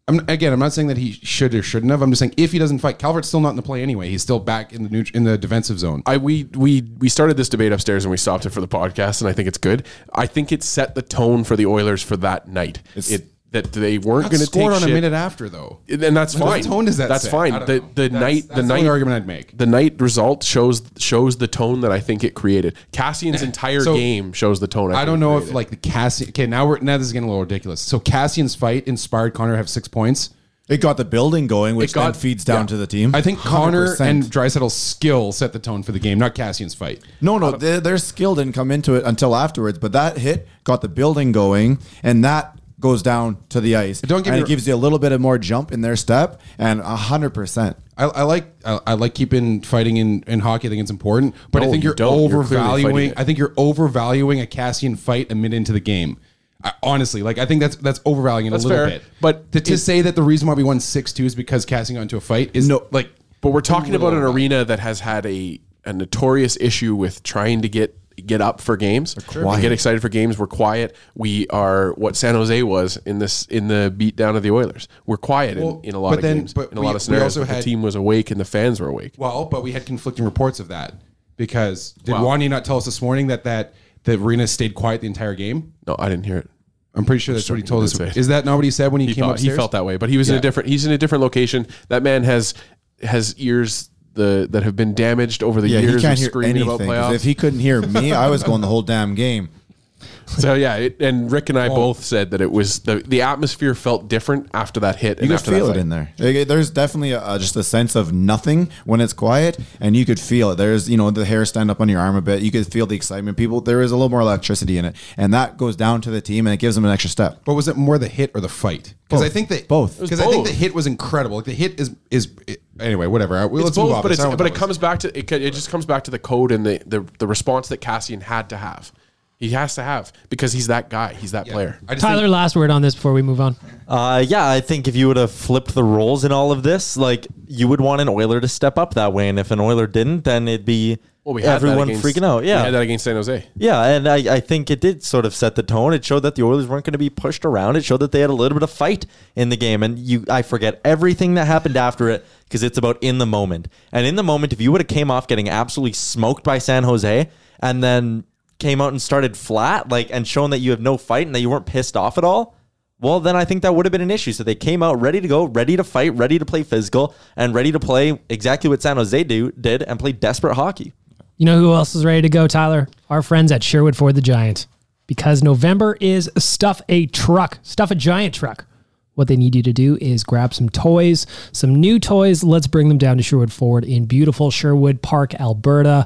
S6: I'm, again, I'm not saying that he should or shouldn't have. I'm just saying if he doesn't fight, Calvert's still not in the play anyway. He's still back in the neut- in the defensive zone.
S4: I we we we started this debate upstairs and we stopped it for the podcast, and I think it's good. I think it set the tone for the Oilers for that night. It that they weren't
S6: Got
S4: going to take
S6: scored on a
S4: shit.
S6: minute after though.
S4: and that's
S6: What
S4: fine.
S6: tone does that
S4: That's
S6: set? I
S4: fine.
S6: don't
S4: The
S6: know.
S4: the
S6: That's-
S4: night
S6: that's
S4: the
S6: the
S4: night
S6: only argument I'd make.
S4: The night result shows shows the tone that I think it created. Cassian's entire
S6: So-
S4: game shows the tone.
S6: I
S4: think
S6: don't
S4: it
S6: know
S4: created.
S6: if like the Cassian. Okay, now we're now this is getting a little ridiculous. So Cassian's fight inspired Connor to have six points.
S8: It got the building going, which then feeds down
S6: yeah.
S8: to the team.
S6: I think Connor
S8: 100%.
S6: and Drysaddle's skill set the tone for the game, not Cassian's fight.
S8: No, no, their, their skill didn't come into it until afterwards. But that hit got the building going, and that goes down to the ice.
S6: Don't get
S8: and
S6: me
S8: it
S6: wr-
S8: gives you a little bit of more jump in their step, and hundred percent.
S6: I, I like I, I like keeping fighting in, in hockey. I think it's important, but I
S4: No,
S6: think
S4: you
S6: you're
S4: don't. You're clearly
S6: overvaluing.
S4: fighting it.
S6: I think you're overvaluing a Cassian fight a minute into the game. I, honestly, like I think that's that's overvaluing it
S4: That's
S6: a little
S4: fair,
S6: bit.
S4: but
S6: to, to
S4: it-
S6: say that the reason why we won six two is because Cassian got into a fight is no like.
S4: But we're talking about an
S6: overvalued.
S4: arena that has had a, a notorious issue with trying to get get up for games. We get excited for games. We're quiet. We are what San Jose was in this in the beatdown of the Oilers. We're quiet
S6: Well,
S4: in, in a lot
S6: but
S4: of
S6: then-
S4: games.
S6: but
S4: in a
S6: we-
S4: lot
S6: we
S4: of scenarios,
S6: also
S4: but
S6: had-
S4: the team was awake and the fans were awake.
S6: Well, but we had conflicting reports of that because did
S4: Wow.
S6: Wanya not tell us this morning that that the arena stayed quiet the entire game?
S4: No, I didn't hear it.
S6: I'm pretty sure that's what he told us.
S4: That's right.
S6: Is that not what he said when he,
S4: He
S6: came
S4: thought,
S6: up?
S4: he felt that way, but he was in
S6: Yeah.
S4: a different. He's in a different location. That man has has ears the that have been damaged over the
S8: Yeah,
S4: years
S8: he
S4: of
S8: can't hear
S4: screaming
S8: anything.
S4: about
S8: 'cause
S4: playoffs.
S8: If he couldn't hear me, I was going the whole damn game.
S4: So yeah, it, and Rick and I both said that it was the the atmosphere felt different after that hit.
S8: You
S4: and
S8: could
S4: after that
S8: feel it
S4: fight.
S8: in there. Like, There's definitely a, a- just a sense of nothing when it's quiet, and you could feel it. There's you know the hair stand up on your arm a bit. You could feel the excitement. People, there is a little more electricity in it, and that goes down to the team, and it gives them an extra step.
S6: But was it more the hit or the fight? Because I
S8: Both.
S6: think that
S8: Both. It was
S6: Because I think
S4: both.
S6: the hit was incredible. Like the hit is is eh, it- anyway. Whatever. I-
S4: It's
S6: let's move
S4: both,
S6: on.
S4: but
S6: That's
S4: it's,
S6: not what
S4: but
S6: that
S4: it
S6: was.
S4: comes back to it, co- it. just comes back to the code and the, the the response that Cassian had to have. He has to have because he's that guy. He's that
S6: Yeah.
S4: player.
S6: I just
S2: Tyler,
S6: think-
S2: last word on this before we move on.
S7: Uh, yeah, I think if you would have flipped the roles in all of this, like you would want an Oiler to step up that way, and if an Oiler didn't, then it'd be
S4: Well, we had
S7: everyone
S4: that against,
S7: freaking out.
S4: we
S7: Yeah,
S4: had that against San Jose.
S7: yeah, and I, I think it did sort of set the tone. It showed that the Oilers weren't going to be pushed around. It showed that they had a little bit of fight in the game, and you I forget everything that happened after it because it's about in the moment. And in the moment, if you would have came off getting absolutely smoked by San Jose, and then came out and started flat, like and shown that you have no fight and that you weren't pissed off at all. Well, then I think that would have been an issue. So they came out ready to go, ready to fight, ready to play physical, and ready to play exactly what San Jose do, did and play desperate hockey.
S2: You know who else is ready to go, Tyler? Our friends at Sherwood Ford the Giant. Because November is stuff a truck, stuff a giant truck. What they need you to do is grab some toys, some new toys. Let's bring them down to Sherwood Ford in beautiful Sherwood Park, Alberta.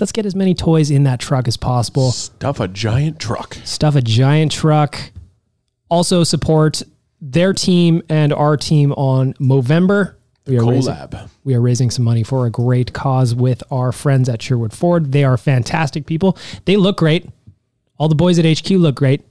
S2: Let's get as many toys in that truck as possible.
S4: Stuff a giant truck.
S2: Stuff a giant truck. Also support their team and our team on Movember. We are raising-
S4: Collab.
S2: we are raising some money for a great cause with our friends at Sherwood Ford. They are fantastic people. They look great. All the boys at HQ look great.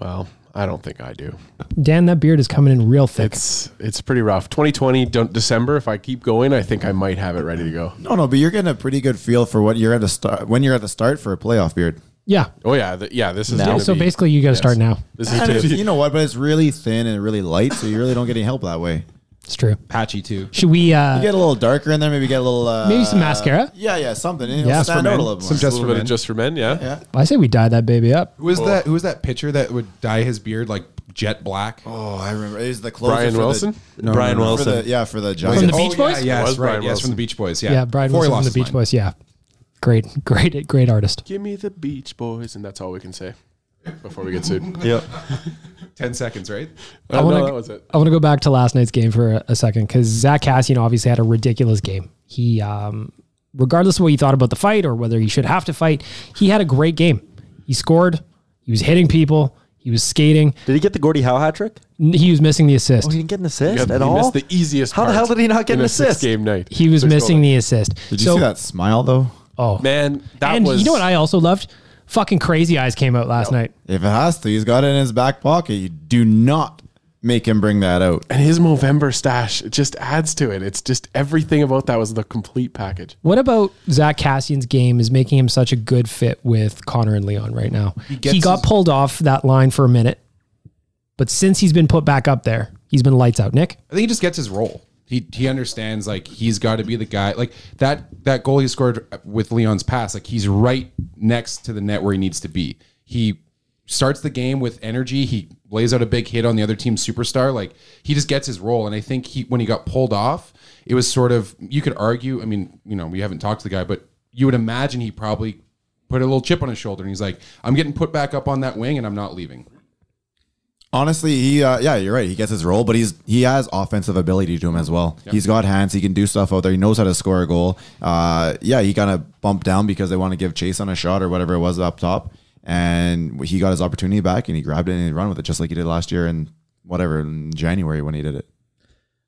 S4: Well, I don't think I do.
S2: Dan, that beard is coming in real thick.
S4: It's it's pretty rough. 2020 don't, December. If I keep going, I think I might have it ready to go.
S8: No, no, but you're getting a pretty good feel for what you're at the start when you're at the start for a playoff beard.
S2: yeah.
S4: Oh yeah, th- yeah. This is
S7: Now?
S4: gonna
S2: So
S4: be-
S2: basically, you got to start now.
S4: This
S8: And it's-
S4: is
S8: you know what? But it's really thin and really light, so you really don't get any help that way.
S2: It's true.
S6: patchy too.
S2: Should we?
S8: You
S2: uh
S8: get a little darker in there, maybe get a little uh,
S2: Maybe some mascara?
S8: Yeah, yeah, something. You know,
S2: Yeah.
S8: stand
S2: For
S8: out a
S2: men.
S8: little more.
S6: Some
S4: just a
S6: just for
S4: little bit
S6: men.
S4: of just for men. Yeah.
S2: I say we dye that baby up.
S6: Who was that? Who was that pitcher that would dye his beard like jet black?
S8: oh, I remember. It was the closer
S4: Brian
S8: for the-
S4: Wilson.
S7: Brian
S8: for
S7: Wilson.
S8: the- yeah, for the Giants.
S2: From the Beach Boys?
S6: "Oh, Yeah, yes,
S4: Was
S6: right.
S4: Brian
S6: yes,
S4: Wilson.
S6: from the Beach Boys. Yeah,
S2: Yeah, Brian
S6: Before he
S2: Wilson from
S6: lost
S2: the
S6: his
S2: Beach
S6: mind.
S2: Boys. Yeah. Great, great, great artist.
S4: Uh, Give me the Beach Boys, and that's all we can say before we get sued.
S7: Yep.
S6: Ten seconds, right?
S2: I want to. I want to go back to last night's game for a, a second because Zach Cassian obviously had a ridiculous game. He, um, regardless of what he thought about the fight or whether he should have to fight, he had a great game. He scored. He was hitting people. He was skating.
S7: Did he get the Gordie Howe hat trick?
S2: He was missing the assist.
S7: Oh, he didn't get an assist
S4: Yeah,
S7: at
S4: he
S7: all.
S4: missed the easiest
S7: How the
S4: part
S7: hell did he not get
S4: in
S7: an
S4: a six
S7: assist?
S4: game night.
S2: He was
S4: Six
S2: missing
S4: goal
S2: the assist.
S8: Did you
S2: So-
S8: see that smile though?
S2: Oh,
S4: Man, that
S2: and
S4: was
S2: you know what I also loved? Fucking crazy eyes came out last night.
S8: If it has to, he's got it in his back pocket. You do not make him bring that out.
S4: and his Movember stash it just adds to it. It's just everything about that was the complete package.
S2: What about Zach Cassian's game is making him such a good fit with Connor and Leon right now? He,
S6: gets
S2: got
S6: his-
S2: pulled off that line for a minute, but since he's been put back up there, he's been lights out. Nick,
S6: I think he just gets his role. He he understands like he's got to be the guy. Like that that goal he scored with Leon's pass, like he's right next to the net where he needs to be. He starts the game with energy. He lays out a big hit on the other team's superstar. Like he just gets his role. And I think he when he got pulled off, it was sort of you could argue. I mean, you know, we haven't talked to the guy, but you would imagine he probably put a little chip on his shoulder and he's like, I'm getting put back up on that wing and I'm not leaving.
S8: Honestly, he uh, yeah, you're right. He gets his role, but he's he has offensive ability to him as well. He's got hands. He can do stuff out there. He knows how to score a goal. Uh, yeah, he kind of bumped down because they want to give chase on a shot or whatever it was up top, and he got his opportunity back and he grabbed it and he run with it just like he did last year and whatever in January when he did it.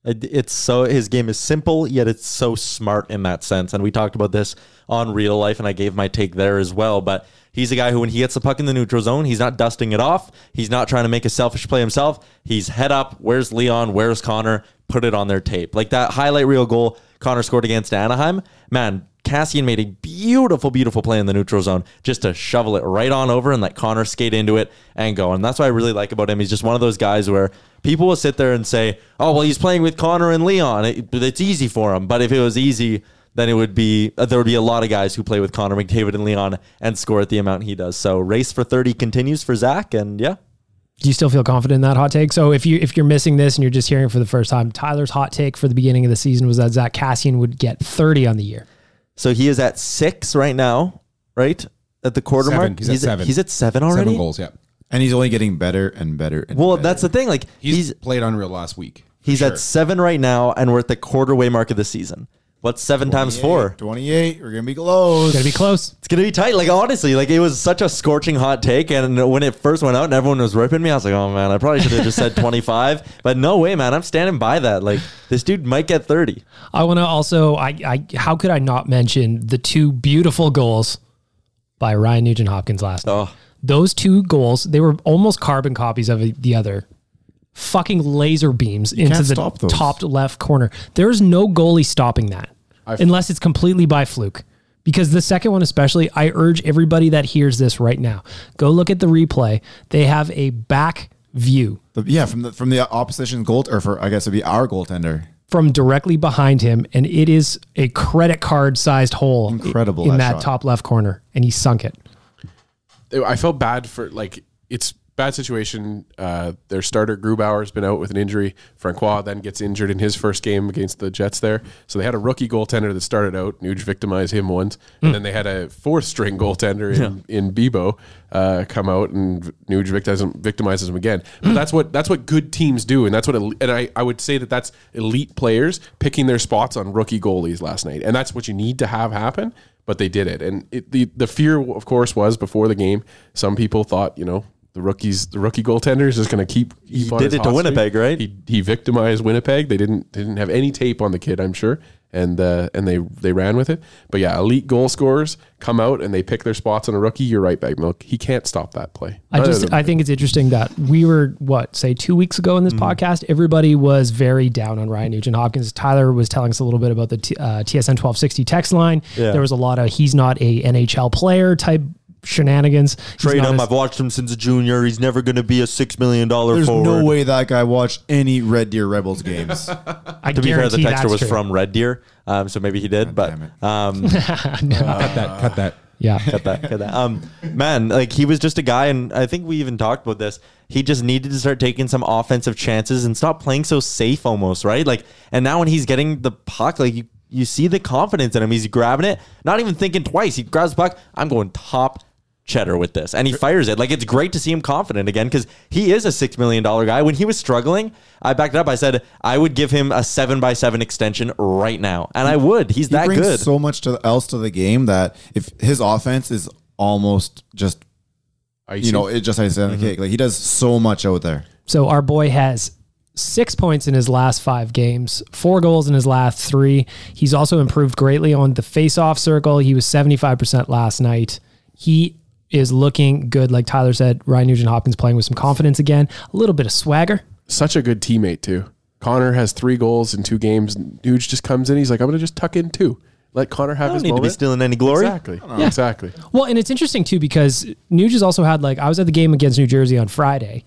S7: It- It's so his game is simple, yet it's so smart in that sense. And we talked about this on real life, and I gave my take there as well. But he's a guy who, when he gets the puck in the neutral zone, he's not dusting it off. He's not trying to make a selfish play himself. He's head up. Where's Leon? Where's Connor? Put it on their tape. Like that highlight reel goal Connor scored against Anaheim. Man, Cassian made a beautiful, beautiful play in the neutral zone just to shovel it right on over and let Connor skate into it and go. And that's what I really like about him. He's just one of those guys where people will sit there and say, oh, well, he's playing with Connor and Leon. It, it's easy for him. But if it was easy, then it would be uh, there would be a lot of guys who play with Connor McDavid and Leon and score at the amount he does. So race for 30 continues for Zach. And yeah,
S2: do you still feel confident in that hot take? So if you if you're missing this and you're just hearing it for the first time, Tyler's hot take for the beginning of the season was that Zach Cassian would get 30 on the year.
S7: so he is at six right now, right? At the quarter
S6: Seven.
S7: mark.
S6: He's at seven.
S7: He's at seven already.
S6: Seven goals, yeah.
S8: And he's only getting better and better. And
S7: Well,
S8: better.
S7: that's the thing. Like
S6: He's,
S7: he's
S6: played unreal last week.
S7: He's at seven right now, and we're at the quarterway mark of the season. What's seven times four?
S8: 28. We're gonna be close.
S2: It's gonna be close.
S7: It's gonna be tight. Like honestly, like it was such a scorching hot take, and when it first went out and everyone was ripping me, I was like, oh man, I probably should have just said twenty five. But no way, man, I'm standing by that. Like this dude might get thirty.
S2: I want to also I I how could I not mention the two beautiful goals by Ryan Nugent Hopkins last night.
S7: Oh.
S2: Those two goals, they were almost carbon copies of the other. Fucking laser beams into
S8: can't
S2: the
S8: stop those.
S2: top left corner. There is no goalie stopping that unless it's completely by fluke. Because the second one, especially, I urge everybody that hears this right now go look at the replay. They have a back view
S8: The- yeah, from the from the opposition goal or for I guess it'd be our goaltender.
S2: from directly behind him, and it is a credit card sized hole
S8: Incredible,
S2: in
S8: that
S2: that,
S8: shot.
S2: top left corner, and he sunk it.
S4: I felt bad for like it's bad situation. Uh, their starter Grubauer's been out with an injury. Francois then gets injured in his first game against the Jets there. So they had a rookie goaltender that started out. Nuge victimized him once, and then they had a fourth string goaltender in, in Bebo uh, come out and Nuge victimizes, victimizes him again.
S2: Mm.
S4: But that's what that's what good teams do, and that's what el- and I, I would say that that's elite players picking their spots on rookie goalies last night, and that's what you need to have happen but they did it. And it, the the fear, of course, was before the game. Some people thought, you know, the rookies, the rookie goaltender is just going to keep. He
S7: did it to Winnipeg, right?
S4: He, he victimized Winnipeg. They didn't they didn't have any tape on the kid, I'm sure, and uh, and they they ran with it. But yeah, elite goal scorers come out and they pick their spots on a rookie. You're right, Bag Milk. He can't stop that play.
S2: I
S4: None of
S2: just
S4: them
S2: I
S4: can.
S2: think it's interesting that we were what say two weeks ago in
S7: Mm.
S2: this podcast, everybody was very down on Ryan Nugent Hopkins. Tyler was telling us a little bit about the T, uh, TSN twelve sixty text line.
S7: Yeah.
S2: There was a lot of he's not a NHL player type shenanigans. He's
S7: Trade
S2: not
S7: him.
S2: a-
S7: I've watched him since a junior. He's never gonna be a six million dollar
S8: There's
S7: forward.
S8: no way that guy watched any Red Deer Rebels games.
S2: I
S7: To be fair, the
S2: guarantee
S7: texter
S2: that's
S7: was
S2: true.
S7: from Red Deer, um, so maybe he did.
S8: damn
S7: but um,
S6: Cut that, cut that.
S2: yeah.
S7: cut that, cut that. Um, man, like he was just a guy, and I think we even talked about this. He just needed to start taking some offensive chances and stop playing so safe, almost right. Like, and now when he's getting the puck, like you, you see the confidence in him. He's grabbing it, not even thinking twice. He grabs the puck. I'm going top cheddar with this and he fires it. Like it's great to see him confident again because he is a six million dollar guy. When he was struggling, I backed it up. I said I would give him a seven by seven extension right now. And I would. He's
S8: he
S7: that
S8: brings
S7: good.
S8: so much to else to the game that if his offense is almost just you know it just icing on the cake like he does so much out there
S2: So our boy has six points in his last five games, four goals in his last three. He's also improved greatly on the face-off circle. He was 75% last night. He is looking good. Like Tyler said, Ryan Nugent Hopkins playing with some confidence again, a little bit of swagger.
S4: Such a good teammate too. Connor has three goals in two games. Nuge just comes in. He's like, I'm gonna just tuck in two. Let Connor have
S7: I
S4: his
S7: don't need to be
S4: moment.
S7: stealing any glory.
S4: Exactly. Exactly.
S2: Well, and it's interesting too because Nuge has also had like I was at the game against New Jersey on Friday.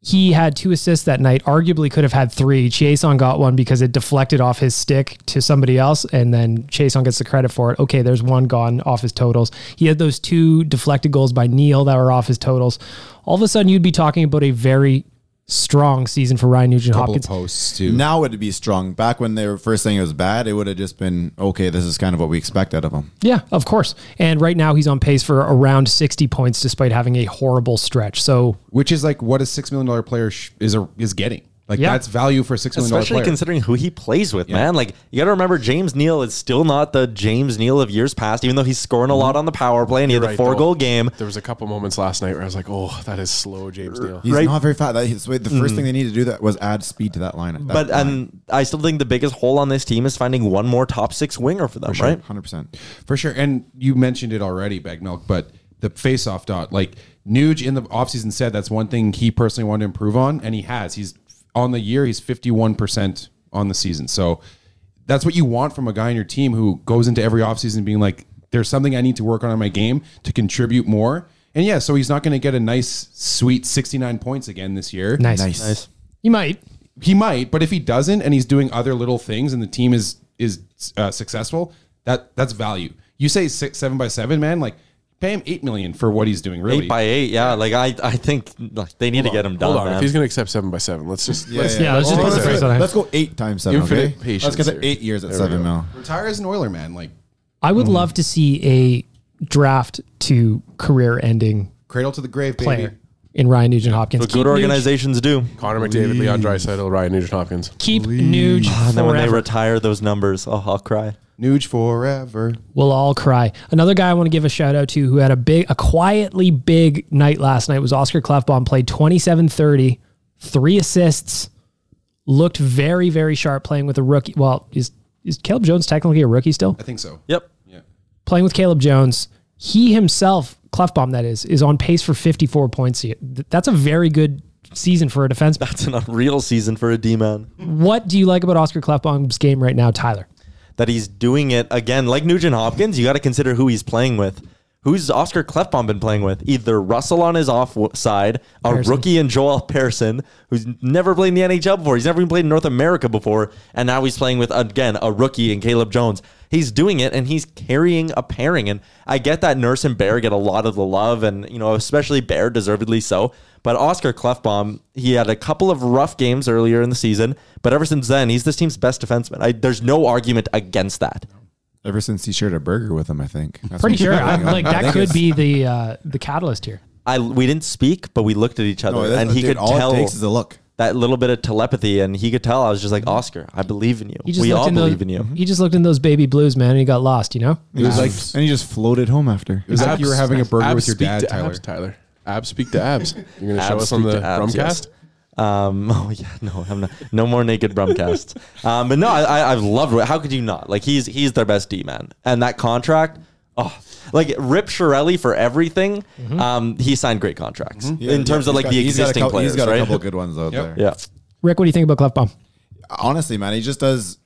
S2: He had two assists that night. Arguably, could have had three. Chason got one because it deflected off his stick to somebody else, and then Chason gets the credit for it. Okay, there's one gone off his totals. He had those two deflected goals by Neil that were off his totals. All of a sudden, you'd be talking about a very strong season for Ryan Nugent
S6: Couple
S2: Hopkins.
S6: posts too.
S8: now it'd be strong back when they were first saying it was bad it would have just been okay this is kind of what we expect out of him
S2: Yeah, of course. And right now, he's on pace for around 60 points despite having a horrible stretch. So
S6: which is like what a six million dollar player sh- is a, is getting. Like
S2: Yeah.
S6: that's value for a six million dollar
S7: Especially
S6: player.
S7: considering who he plays with, man. Like you got to remember, James Neal is still not the James Neal of years past, even though he's scoring a lot on the power play and he had
S4: Mm-hmm. You're
S7: the
S4: right,
S7: four
S4: though.
S7: goal game.
S4: There was a couple moments last night where I was like, oh, that is slow, James Neal.
S8: he's
S7: Right.
S8: not very fat that, he's- the first thing they need to do that was add speed to that line
S7: But and I still think the biggest hole on this team is finding one more top six winger for them, right?
S8: 100%
S6: For sure. And you mentioned it already, Bag Milk, but the face-off dot, like Nuge in the offseason said that's one thing he personally wanted to improve on, and he has. He's on the year, he's 51% on the season. So that's what you want from a guy on your team who goes into every offseason being like, there's something I need to work on in my game to contribute more. And yeah, so he's not going to get a nice, sweet 69 points again this year.
S2: nice.
S8: nice
S2: You might.
S6: he might but if he doesn't and he's doing other little things and the team is is uh, successful that that's value you say six seven by seven man like pay him eight million for what he's doing really
S7: Eight by eight, yeah. Like I, I think like, they need to get him done.
S4: Hold on.
S7: man.
S4: If he's gonna accept seven by seven, let's just let's
S2: Yeah, let's just put the
S8: let's,
S2: brakes on
S8: go,
S2: it.
S8: let's go eight times seven
S4: Infinite
S8: okay? let's
S4: patience
S8: get
S4: here.
S8: the eight years at seven mil
S6: retire as an oiler man like
S2: I would love to see a draft to career ending
S6: cradle to the grave baby
S2: player in Ryan Nugent Hopkins.
S7: But good organizations do.
S4: Connor McDavid, Leon Draisaitl, Ryan Nugent Hopkins.
S2: Keep Nuge
S7: And then when they
S2: forever.
S7: retire those numbers, oh, I'll cry.
S6: nuge forever
S2: we'll all cry. Another guy I want to give a shout out to who had a big, a quietly big night last night was Oscar Clefbaum. Played 27 30, three assists, looked very, very sharp playing with a rookie. Well, is, is Caleb Jones technically a rookie still?
S6: i think so
S7: Yep.
S2: playing with Caleb Jones, he himself, Clefbaum that is, is on pace for 54 points. Th- That's a very good season for a defenseman.
S7: It's an unreal season for a D man.
S2: What do you like about Oscar Clefbaum's game right now, Tyler?
S7: That he's doing it again. Like Nugent Hopkins, you got to consider who he's playing with. Who's Oscar Clefbaum been playing with? Either Russell on his off w- side, a
S2: Pearson.
S7: rookie in Joel Pearson, who's never played in the NHL before. He's never even played in North America before. And now he's playing with, again, a rookie in Caleb Jones. He's doing it and he's carrying a pairing. And I get that Nurse and Bear get a lot of the love, and, you know, especially Bear, deservedly so. But Oscar Clefbaum, he had a couple of rough games earlier in the season, but ever since then, he's this team's best defenseman. I, there's no argument against that.
S8: ever since he shared a burger with him i think That's
S2: Pretty
S8: what-
S2: sure. I'm like
S8: I
S2: that
S8: think
S2: could
S8: it's-
S2: be the uh, the catalyst here.
S7: I we didn't speak, but we looked at each other,
S8: no,
S7: and he could
S8: all
S7: tell
S8: it takes is a look
S7: that little bit of telepathy, and he could tell. I was just like, Oscar, I believe in you.
S2: He just
S7: We
S2: looked
S7: all
S2: in those,
S7: believe in you.
S2: He just looked in those baby blues, man, and he got lost. You know,
S6: it was like
S8: and he just floated home after
S6: it was like you were having a burger
S4: Abs
S6: with your
S4: speak
S6: dad
S4: to
S6: tyler
S4: Abs, Tyler. Abs speak to abs. You're gonna show
S7: Abs
S4: us on
S7: speak
S4: the
S7: to abs,
S4: Rumcast.
S7: yes. Um, oh yeah, no, I'm not. No more naked Brumcasts. um, but no, I, I, I've loved. Ro- How could you not? Like he's he's their best D man, and that contract. Oh, like Rip Shirelli for everything. Um, he signed great contracts in terms of like the
S8: Mm-hmm. He's got a
S7: existing
S8: couple-
S7: players,
S8: he's got
S7: right?
S8: a couple of good ones out there
S7: yeah.
S2: Rick, what do you think about Clefbaum?
S8: honestly, man, he just does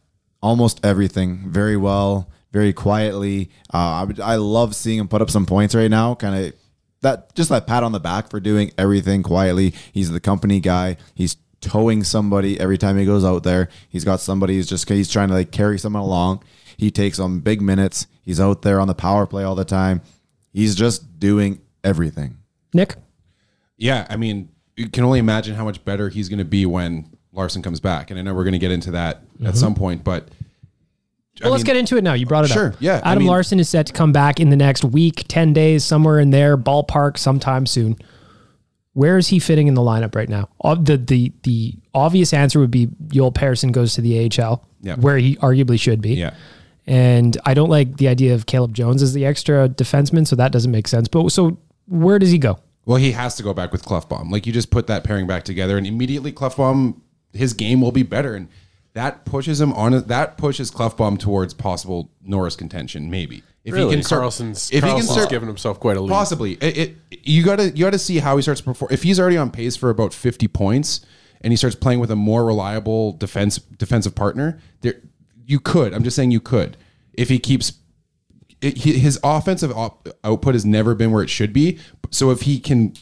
S8: almost everything very well, very quietly. Uh, I, would- I love seeing him put up some points right now. Kind of that, just that pat on the back for doing everything quietly. He's the company guy. He's towing somebody every time he goes out there. He's got somebody who's just he's trying to like carry someone along. He takes on big minutes. He's out there on the power play all the time. He's just doing everything.
S2: Nick,
S6: Yeah, I mean, you can only imagine how much better he's going to be when Larson comes back. And I know we're going to get into that at some point, but
S2: Well, let's get into it now. You brought it
S4: Sure,
S2: up.
S4: yeah, I
S2: Adam
S4: mean-
S2: Larson is set to come back in the next week, 10 days, somewhere in there, ballpark, sometime soon. Where is he fitting in the lineup right now? Uh, The the the obvious answer would be Joel Pearson goes to the AHL,
S4: Yeah.
S2: where he arguably should be.
S4: Yeah.
S2: And I don't like the idea of Caleb Jones as the extra defenseman, so that doesn't make sense. But so where does he go?
S4: Well, he has to go back with Clefbaum. Like you just put that pairing back together, and immediately Clefbaum, his game will be better, and that pushes him on. That pushes Clefbaum towards possible Norris contention, maybe. If
S9: Really?
S4: he can start,
S9: Carlson's-
S4: if he
S9: Carlson's
S4: can start
S9: given himself quite a lead.
S4: Possibly, it, it- you gotta you gotta see how he starts to perform. If he's already on pace for about fifty points, and he starts playing with a more reliable defense defensive partner, there you could. I'm just saying you could if he keeps it, he- his offensive op- output has never been where it should be. So if he can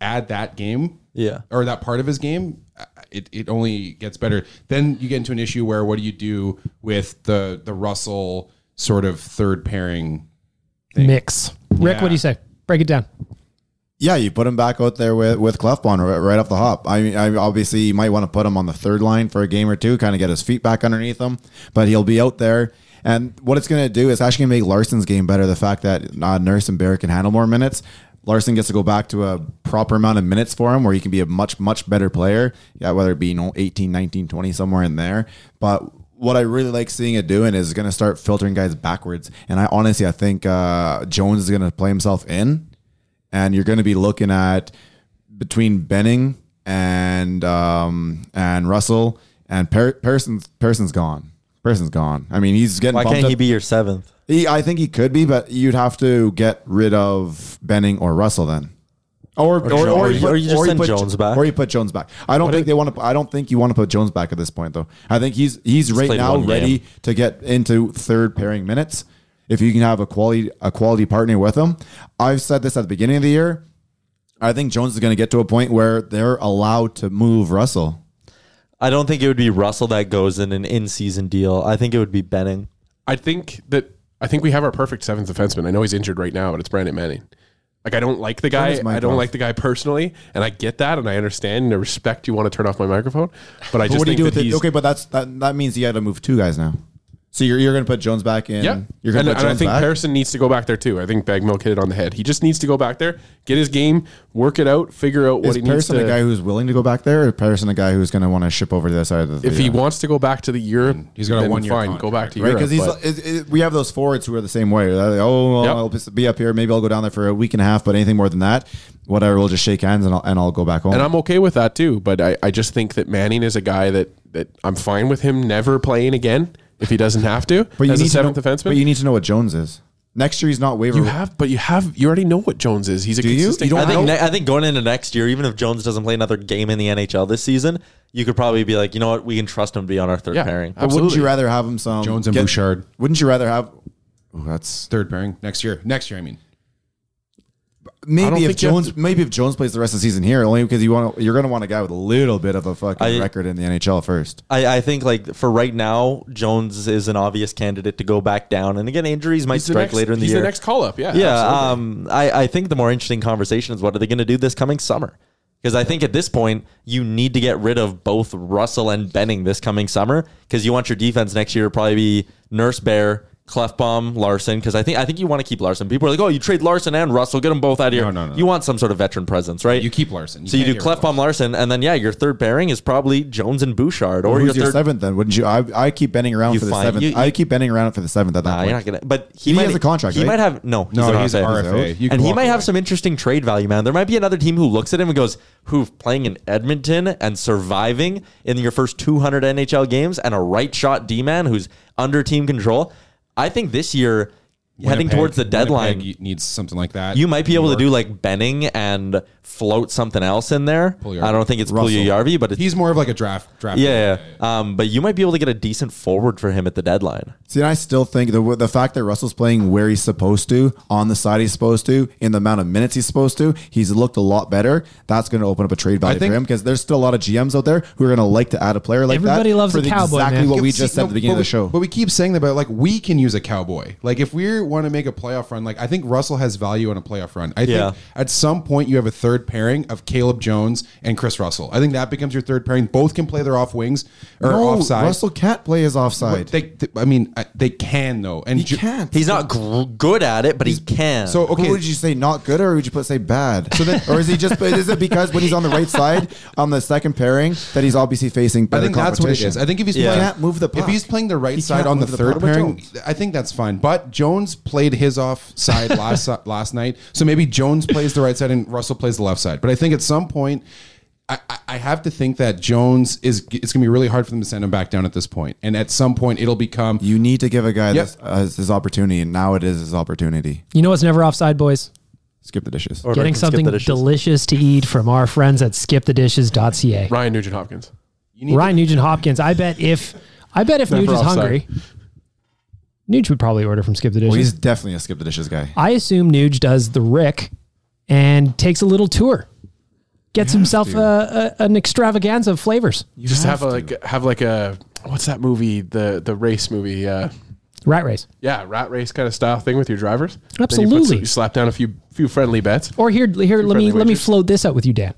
S4: add that game,
S7: Yeah.
S4: or that part of his game, uh, it, it only gets better. Then you get into an issue where what do you do with the the Russell sort of third pairing?
S2: Mix. Rick, what do you say? Break it down.
S6: Yeah, you put him back out there with with Clefbaum right, right off the hop. I mean, I, obviously you might want to put him on the third line for a game or two, kind of get his feet back underneath him. But he'll be out there, and what it's going to do is actually gonna make Larson's game better. The fact that uh, Nurse and Barrett can handle more minutes, Larson gets to go back to a proper amount of minutes for him, where he can be a much much better player. Yeah, whether it be you know 18, 19, 20, somewhere in there, but. What I really like seeing it doing is going to start filtering guys backwards, and I honestly I think uh, Jones is going to play himself in and you're going to be looking at between Benning and um, and Russell and per- Pearson's Pearson's gone. Pearson's gone. I mean, he's getting.
S7: Why
S6: bumped
S7: can't he
S6: up-
S7: be your seventh?
S6: He, I think he could be, but you'd have to get rid of Benning or Russell then. Or or,
S7: Jones.
S6: or you put-
S7: Or you just
S6: or
S7: send
S6: put
S7: Jones
S6: Jo-
S7: back.
S6: Or you put Jones back. I don't think they want to. I don't think you want to put Jones back at this point, though. I think he's he's right
S7: played
S6: now
S7: one
S6: ready
S7: game.
S6: to get into third pairing minutes. If you can have a quality a quality partner with him, I've said this at the beginning of the year. I think Jones is going to get to a point where they're allowed to move Russell.
S7: I don't think it would be Russell that goes in an in-season deal. I think it would be Benning.
S9: I think that I think we have our perfect seventh defenseman. I know he's injured right now, but it's Brandon Manning. Like I don't like the guy.
S6: his mic
S9: I don't
S6: off.
S9: like the guy personally, and I get that, and I understand and I respect. You want to turn off my microphone, but I
S6: But
S9: just
S6: what do you do
S9: think that
S6: with it?
S9: he's-
S6: Okay, but that's that, that means you got to move two guys now. So you're, you're going to put Jones back in.
S9: Yeah,
S6: you're going to put
S9: and, and
S6: Jones
S9: I think
S6: back.
S9: Harrison needs to go back there too. I think Bagmilk hit it on the head. He just needs to go back there, get his game, work it out, figure out what
S6: Is
S9: he needs
S6: Pearson
S9: to.
S6: a guy who's willing to go back there, or Pearson a guy who's going to want to ship over to the other side of the?
S9: if he wants to go back to the Europe,
S4: He's got a
S9: then
S4: one-year
S9: fine, Go back
S4: contract,
S9: to
S6: right?
S9: Europe
S6: Because he's
S9: but-
S6: is- is- we have those forwards who are the same way. They're like, oh, well,
S9: Yep.
S6: I'll just be up here. Maybe I'll go down there for a week and a half, but anything more than that, whatever. We'll just shake hands and I'll and I'll go back home.
S9: and I'm okay with that too. But I, I just think that Manning is a guy that that I'm fine with him never playing again if he doesn't have to.
S6: but
S9: as
S6: to
S9: a
S6: know,
S9: seventh defenseman,
S6: But you need to know what Jones is. Next year he's not waiver.
S9: You have, but you have, you already know what Jones is. He's a
S6: Do you?
S9: consistent.
S6: You
S7: I
S6: don't
S7: think
S6: know?
S7: ne- I think going into next year, even if Jones doesn't play another game in the NHL this season, you could probably be like, you know what, we can trust him to be on our third
S9: Yeah.
S7: pairing.
S6: but wouldn't
S9: absolutely.
S6: you rather have him some
S4: Jones and Bouchard.
S6: Wouldn't you rather have? Ooh, that's
S4: Third pairing next year. Next year, I mean.
S9: don't
S6: maybe if
S9: think you have
S6: Jones
S9: to-
S6: maybe if Jones plays the rest of the season here, only because you want you're going to want a guy with a little bit of a fucking
S7: I-
S6: record in the NHL first.
S7: I, I think like for right now, Jones is an obvious candidate to go back down. And again, injuries might
S9: He's the
S7: strike
S9: next-
S7: later in the
S9: he's
S7: year.
S9: the next call up. Yeah,
S6: uh,
S7: yeah,
S9: absolutely.
S7: um, I, I think the more interesting conversation is what are they going to do this coming summer? Because I think at this point, you need to get rid of both Russell and Benning this coming summer because you want your defense next year to probably be Nurse Bear, Clefbaum, Larson. Because I think I think you want to keep Larson. People are like, oh, you trade Larson and Russell, get them both out of here.
S4: No, no, no,
S7: You
S4: no.
S7: want some sort of veteran presence, right?
S4: You keep Larson. You
S7: so you
S4: can't
S7: do
S4: get rid of
S7: Clefbaum, Larson, and then yeah, your third pairing is probably Jones and Bouchard, or
S6: Or
S7: your
S6: who's your,
S7: third.
S6: seventh then? Wouldn't you? I, I keep bending around
S7: You
S6: for the
S7: find-
S6: seventh.
S7: you- you-
S6: I keep bending around for the seventh at that
S7: Nah,
S6: point.
S7: Uh, you're not gonna. But he,
S6: He
S7: might, e-
S6: has a contract,
S7: He
S6: right?
S7: might have no.
S4: No,
S7: an
S4: he's RFA. You
S7: and
S4: can
S7: he
S4: walk
S7: might
S4: away.
S7: have some interesting trade value, man. There might be another team who looks at him and goes, "Who playing in Edmonton and surviving in your first 200 NHL games and a right shot D man who's under team control." I think this year, heading
S4: Winnipeg-
S7: towards the deadline,
S4: Winnipeg needs something like that.
S7: you might be able to do like Benning and float something else in there.
S4: Puljujarvi.
S7: I don't think it's
S6: Russell.
S7: Puljujarvi, but it's,
S4: He's more of like a draft draft.
S7: yeah, yeah. Um, but you might be able to get a decent forward for him at the deadline.
S6: See, and I still think the the fact that Russell's playing where he's supposed to, on the side he's supposed to, in the amount of minutes he's supposed to, he's looked a lot better. That's going to open up a trade value
S4: think-
S6: for him because there's still a lot of GMs out there who are going to like to add a player like that.
S2: Everybody loves
S6: for
S2: a
S6: the-
S2: cowboy,
S6: Exactly
S2: man.
S6: what we
S4: See,
S6: just said
S4: no,
S6: at the beginning
S4: but
S6: of the
S4: we-
S6: show.
S4: But we keep saying that, but like we can use a cowboy. Like if we're
S6: want to make a playoff run, like I think Russell has value on a playoff run. I
S7: Yeah.
S6: think at some point you have a third pairing of Caleb Jones and Chris Russell. I think that becomes your third pairing. Both can play their off wings or
S8: No,
S6: offside.
S8: Russell can't play his offside.
S6: They, they- I mean, I- they can though, and
S8: he
S6: Ju-
S8: can't.
S7: He's not gr- good at it, but he can.
S6: So okay,
S8: Who would you say not good, or would you put say bad? So then, or is he just? Is it because when he's on the right side on the second pairing that he's obviously facing
S6: I
S8: better
S6: think that's what it
S8: competition?
S6: is. I think if he's
S7: Yeah.
S6: playing,
S8: Can't move the
S6: if
S8: puck.
S6: he's playing the right
S8: He
S6: side
S8: can't
S6: on the
S8: move the
S6: third
S8: puck.
S6: pairing,
S8: Jones.
S6: I think that's fine. But Jones played his off side last last night, so maybe Jones plays the right side and Russell plays the left side. But I think at some point. I, I- I have to think that Jones is. It's gonna be really hard for them to send him back down at this point, and at some point it'll become.
S8: You need to give a guy
S6: Yep.
S8: this, uh, his opportunity, and now it is his opportunity.
S2: You know what's never offside, boys?
S8: Skip the dishes.
S7: Or
S2: Getting
S7: can skip
S2: something
S7: the dishes.
S2: delicious to eat from our friends at skipthedishes.ca.
S4: Ryan Nugent Hopkins.
S2: Ryan Nugent Hopkins. I bet if I bet if
S4: Never
S2: Nugent's
S4: offside.
S2: hungry, Nuge would probably order from Skip the
S8: Well, he's
S2: Dishes.
S8: definitely a skip the dishes guy.
S2: I assume Nuge does the Rick and takes a little tour, gets himself a, a, an extravaganza of flavors.
S4: You just have, a, like have like a what's that movie? The the race movie. Uh,
S2: Rat race,
S4: yeah, rat race kind of style thing with your drivers. Then You, put,
S2: Absolutely.
S4: some- you slap down a few few friendly bets.
S2: or here here let me
S4: friendly
S2: let me
S4: wagers.
S2: float this out with you, Dan.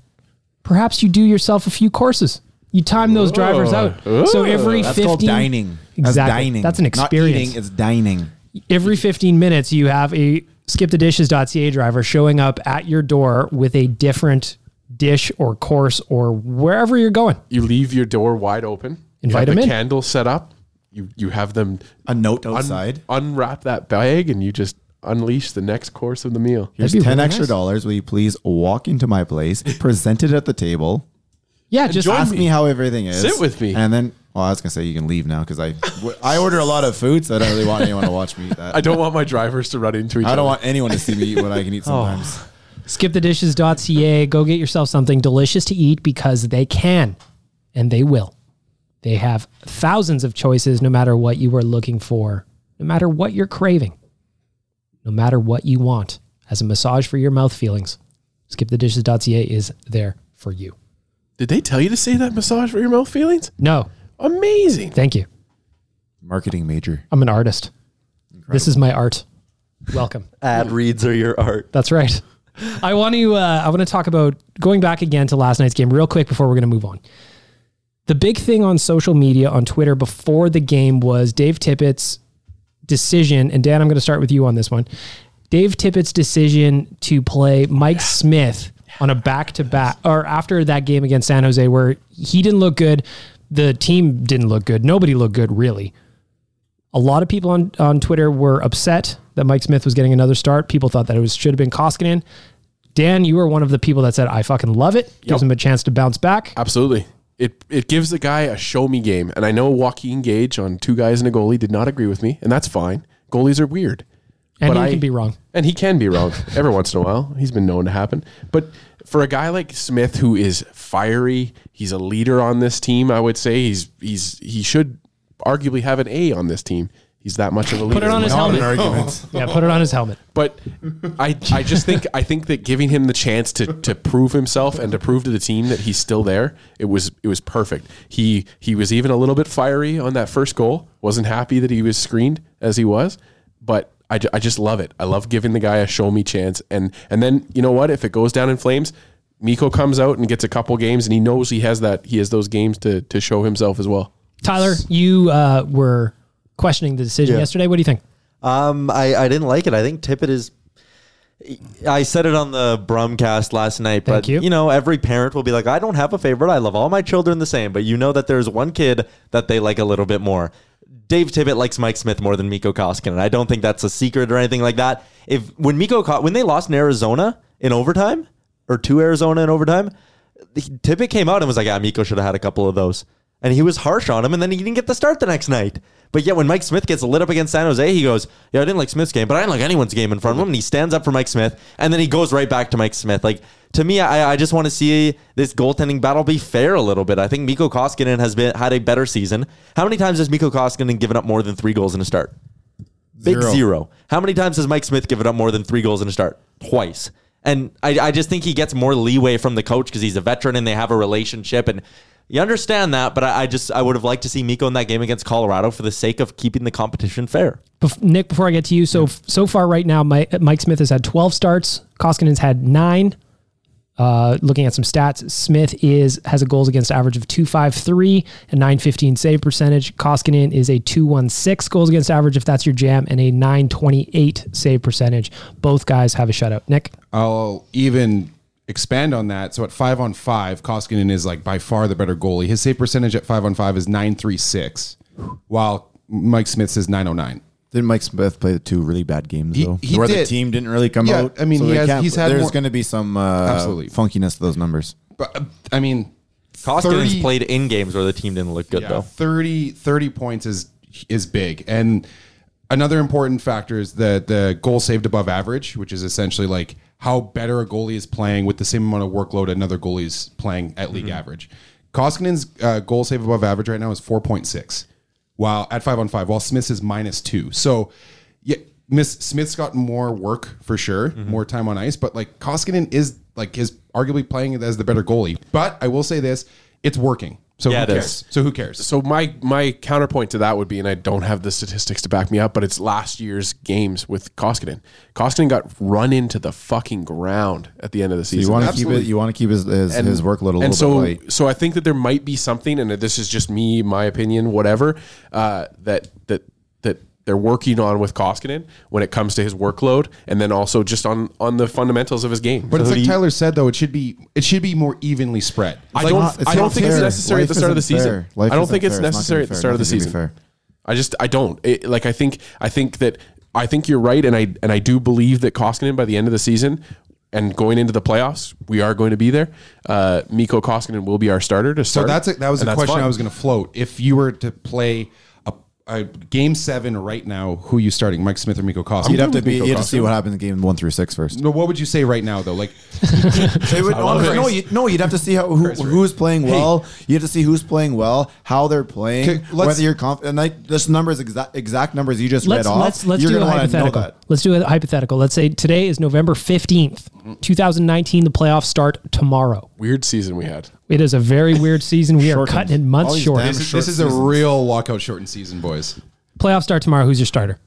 S2: Perhaps you do yourself a few courses. You time those drivers
S4: Whoa.
S2: out. So every
S8: That's
S2: 15,
S8: called dining. That's
S2: Exactly.
S8: dining.
S2: That's an
S8: Not
S2: experience.
S8: eating, it's dining.
S2: every 15 minutes you have a skipthedishes.ca driver showing up at your door with a different dish or course or wherever you're going.
S4: You leave your door wide open.
S2: Invite
S4: you have
S2: them
S4: the
S2: in.
S4: Candle set up. You you have them
S8: A note
S4: un-
S8: outside.
S4: unwrap that bag, and you just unleash the next course of the meal.
S8: Here's
S2: That'd
S8: ten
S2: be really
S8: extra
S2: nice.
S8: dollars. Will you please walk into my place, present it at the table,
S2: Yeah, just
S4: Join
S8: ask me. how everything is,
S4: Sit with me.
S8: and then. Well, I was gonna say you can leave now because I I order a lot of food, so I don't really want anyone to watch me eat that.
S4: I don't want my drivers to run into each
S8: Uh, I
S4: other.
S8: don't want anyone to see me eat what I can eat sometimes.
S2: Oh. skipthedishes.ca. Go get yourself something delicious to eat because they can and they will. They have thousands of choices no matter what you are looking for, no matter what you're craving, no matter what you want as a massage for your mouth feelings. Skipthedishes.ca is there for you.
S4: Did they tell you to say that massage for your mouth feelings?
S2: No,
S4: Amazing.
S2: thank you.
S8: Marketing major.
S2: I'm an artist. This is my art. Welcome.
S7: ad reads are your art.
S2: That's right. I want to uh, I want to talk about going back again to last night's game real quick before we're going to move on. The big thing on social media on Twitter before the game was Dave Tippett's decision and Dan I'm going to start with you on this one. Dave Tippett's decision to play Mike Smith on a back to back or after that game against San Jose where he didn't look good, the team didn't look good, nobody looked good really. A lot of people on, on Twitter were upset that Mike Smith was getting another start. People thought that it was should have been Koskinen. Dan, you were one of the people that said, I fucking love it. Gives
S4: Yep.
S2: him a chance to bounce back.
S4: Absolutely. It it gives the guy a show me game. And I know Joaquin Gage on two guys and a goalie did not agree with me, and that's fine. Goalies are weird.
S2: And
S4: but
S2: he
S4: I-
S2: can be wrong.
S4: And he can be wrong every once in a while. He's been known to happen. But for a guy like Smith who is fiery, he's a leader on this team, I would say he's he's he should arguably have an A on this team. He's that much of a leader.
S2: Put it on his
S8: Not an
S2: helmet.
S8: argument.
S2: Yeah, put it on his helmet.
S4: But I, I just think I think that giving him the chance to, to prove himself and to prove to the team that he's still there, it was it was perfect. He he was even a little bit fiery on that first goal. Wasn't happy that he was screened as he was, but I, ju- I just love it. I love giving the guy a show me chance, and and then you know what? If it goes down in flames, Miko comes out and gets a couple games, and he knows he has that he has those games to to show himself as well.
S2: Tyler, you uh, were questioning the decision
S7: Yeah.
S2: yesterday. What do you think?
S7: Um, I, I didn't like it. I think Tippett is. I said it on the Brumcast last night,
S2: Thank
S7: but
S2: you.
S7: you. know, every parent will be like, "I don't have a favorite. I love all my children the same." But you know that there's one kid that they like a little bit more. Dave Tippett likes Mike Smith more than Miko Koskinen. I don't think that's a secret or anything like that. If when Miko Ko- when they lost in Arizona in overtime or to Arizona in overtime, Tippett came out and was like, "Yeah, Miko should have had a couple of those." And he was harsh on him, and then he didn't get the start the next night. But yet, when Mike Smith gets lit up against San Jose, he goes, "Yeah, I didn't like Smith's game, but I didn't like anyone's game in front of him." And he stands up for Mike Smith, and then he goes right back to Mike Smith. Like to me, I, I just want to see this goaltending battle be fair a little bit. I think Miko Koskinen has been had a better season. How many times has Miko Koskinen given up more than three goals in a start? Big
S8: Zero.
S7: zero. How many times has Mike Smith given up more than three goals in a start? Twice. And I, I just think he gets more leeway from the coach because he's a veteran and they have a relationship. And you understand that, but I, I just I would have liked to see Miko in that game against Colorado for the sake of keeping the competition fair.
S2: Bef- Nick, before I get to you, so so far right now, Mike, Mike Smith has had 12 starts. Koskinen's had nine. Uh, looking at some stats, Smith is has a goals against average of 253 and 915 save percentage. Koskinen is a 216 goals against average if that's your jam and a 928 save percentage. Both guys have a shutout. Nick,
S6: I'll even expand on that. So at five on five, Koskinen is like by far the better goalie. His save percentage at five on five is nine three six, while Mike Smith's is nine oh nine.
S8: Didn't Mike Smith play the two really bad games
S6: He-
S8: though?
S6: he
S8: Where
S6: did.
S8: the team didn't really come
S6: Yeah,
S8: out.
S6: I mean, he
S8: they
S6: has-
S8: can't-
S6: he's had more-
S8: there's going to be some uh,
S6: Absolutely.
S8: funkiness to those numbers.
S6: But uh, I mean,
S7: Koskinen's
S6: 30
S7: played in games where the team didn't look good
S6: yeah,
S7: though.
S6: 30, 30 points is is big. And another important factor is the the goal saved above average, which is essentially like how better a goalie is playing with the same amount of workload another goalie is playing at
S4: Mm-hmm.
S6: league average. Koskinen's uh, goal save above average right now is four point six, while at five on five, while Smith's is minus two. So, yeah, Miss Smith's got more work for sure, more time on ice, but like Koskinen is like is arguably playing as the better goalie. But I will say this, it's working. So
S7: Yeah,
S6: who
S7: it
S6: cares?
S7: is.
S6: So who cares?
S4: So my my counterpoint to that would be, and I don't have the statistics to back me up, but it's last year's games with Koskinen. Koskinen got run into the fucking ground at the end of the
S8: So
S4: season.
S8: you want to keep it.
S4: Absolutely.
S8: You want to keep his his, his workload a little
S4: and so,
S8: bit light.
S4: so I think that there might be something, and this is just me, my opinion, whatever. Uh, that that that they're working on with Koskinen when it comes to his workload, and then also just on on the fundamentals of his game.
S6: But it's like Tyler said, though, it should be it should be more evenly spread.
S4: I
S6: Like,
S4: don't.
S8: not- it's
S4: I don't
S8: not
S4: think it's
S8: fair.
S4: necessary at
S8: Life
S4: the start of the
S8: isn't
S4: season.
S8: fair. Life
S4: I don't
S8: isn't
S4: think it's
S8: fair. It's not gonna
S4: necessary
S8: be
S4: at the
S8: fair.
S4: start of the
S8: Nothing's
S4: season.
S8: gonna be
S4: I just. I don't. It, like. I think. I think that. I think you're right, and I and I do believe that Koskinen by the end of the season and going into the playoffs, we are going to be there. Uh, Miko Koskinen will be our starter to
S6: so
S4: start.
S6: that's a, that was
S4: and
S6: a
S4: that's
S6: question
S4: fun.
S6: I was going to float. If you were to play a, a game seven right now, who are you starting, Mike Smith or Miko Costa?
S8: You'd have to be. You have to see what happens in game one through six first.
S6: No, what would you say right now though? Like,
S8: They would, no,
S6: it.
S8: no, you, no, you'd have to see how, who, who's playing well. You have to see who's playing well, how they're playing,
S6: 'Kay, let's-
S8: whether you're confident. Like this numbers, exact exact numbers you just
S2: let's
S8: read off.
S2: let's let's
S8: you're
S2: do a
S8: gonna wanna know
S2: hypothetical.
S8: that.
S2: Let's do a hypothetical. Let's say today is November
S8: Mm-hmm.
S2: 15th, 2019. The playoffs start tomorrow.
S4: weird season we had.
S2: It is a very weird season. We are
S8: Shortened.
S2: cutting it months
S8: All these
S2: short.
S8: damn
S6: this, is-
S8: short
S6: this is a
S8: seasons.
S6: real lockout shortened season, boys.
S2: Playoffs start tomorrow. Who's your starter?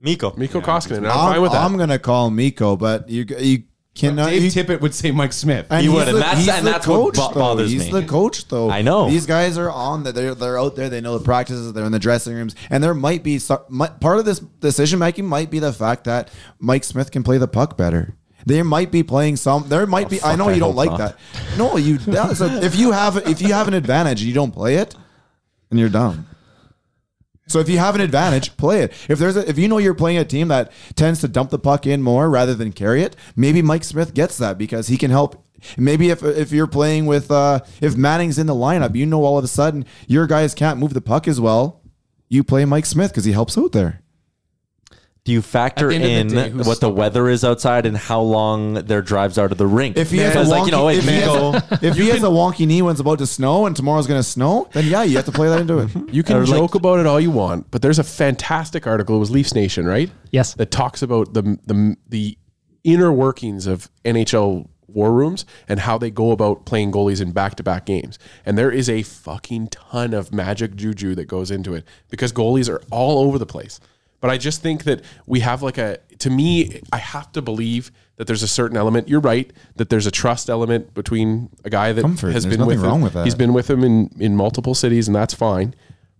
S7: Miko.
S4: Miko Koskinen. and I'm,
S8: I'm,
S4: fine with that.
S8: I'm gonna call Miko, but you you cannot.
S6: Dave
S8: you,
S6: Tippett would say Mike Smith.
S8: and
S7: He
S8: he's
S7: would, and that's-
S8: he's
S7: and that's what bo-
S8: though.
S7: bothers
S8: he's
S7: me.
S8: the coach, though.
S7: I know.
S8: these guys are on that. They're they're out there. They know the practices. They're in the dressing rooms, and there might be some, might, part of this decision making might be the fact that Mike Smith can play the puck better. They might be playing some. There might be. I
S7: Oh, fuck,
S8: know
S7: I
S8: you don't
S7: hope
S8: like
S7: not.
S8: that. No, you. That's a, if you have if you have an advantage and you don't play it, and you're dumb. So if you have an advantage, play it. If there's a, if you know you're playing a team that tends to dump the puck in more rather than carry it, maybe Mike Smith gets that because he can help. Maybe if if you're playing with uh, if Manning's in the lineup, you know all of a sudden your guys can't move the puck as well. You play Mike Smith because he helps out there.
S7: Do you factor
S6: At
S7: in
S6: the end of the day, who's
S7: what the weather is outside and how long their drives are to the rink?
S8: If he has
S7: Because,
S8: a wonky,
S7: like you
S8: if,
S7: know, if
S8: he has
S7: Miko,
S8: a, if he has a wonky knee when it's about to snow and tomorrow's going to snow, then yeah, you have to play that into it.
S4: You can
S7: Or, like-
S4: joke about it all you want, but there's a fantastic article. It was Leafs Nation, right?
S2: Yes.
S4: That talks about the the the inner workings of NHL war rooms and how they go about playing goalies in back-to-back games. And there is a fucking ton of magic juju that goes into it because goalies are all over the place. But I just think that we have like a to me I have to believe that there's a certain element. You're right that there's a trust element between a guy that
S8: Comfort.
S4: has
S8: There's
S4: been
S8: nothing
S4: with him.
S8: wrong with that.
S4: He's been with him in in multiple cities, and that's fine.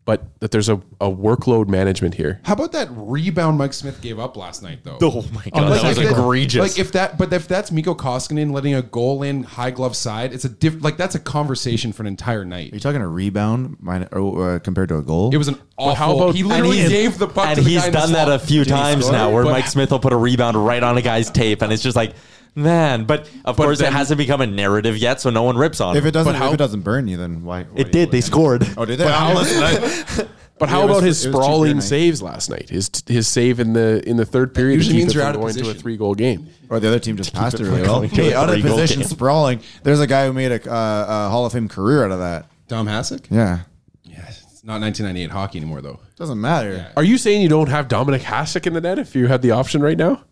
S4: But that there's a, a workload management here.
S6: How about that rebound Mike Smith gave up last night though?
S7: oh my god,
S6: Like,
S7: that was
S6: if
S7: egregious.
S6: Like if that, but if that's Miko Koskinen letting a goal in high glove side, it's a diff. Like that's a conversation for an entire night.
S8: Are you talking a rebound minor, or, uh, compared to a goal?
S6: It was an awful.
S4: how about-
S6: he
S4: and
S6: literally
S7: he's-
S6: gave the puck.
S7: and
S6: to the
S7: he's
S6: guy in the
S7: done that a
S6: slot.
S7: few
S6: Did he
S7: times
S6: score?
S7: now, where
S6: But-
S7: Mike Smith will put a rebound right on a guy's tape, and it's just like, man. But of course, it hasn't become a narrative yet, so no one rips on
S8: If
S7: him.
S8: it doesn't,
S4: But how-
S8: if it doesn't burn you, then why? why
S7: It did. They scored.
S8: Oh, did they? Oh, listen, I-
S4: But how
S8: Yeah, it
S4: about
S8: was-
S4: his
S8: it was cheaper
S4: sprawling
S8: night.
S4: saves last night? His his save in the in the third period to
S6: usually
S4: keep
S6: means
S4: it
S6: you're
S4: from
S6: out of
S4: going to a
S6: position.
S4: three goal game.
S8: Or the other team just passed it really
S7: fucking
S8: well.
S7: going to
S8: Hey,
S7: a
S8: out of
S7: three-goal
S8: position,
S7: game.
S8: sprawling. There's a guy who made a, uh, a Hall of Fame career out of that.
S6: Dom Hasek.
S8: Yeah,
S6: It's not 1998 hockey anymore though.
S8: doesn't matter.
S4: Are you saying you don't have Dominic Hasek in the net if you had the option right now?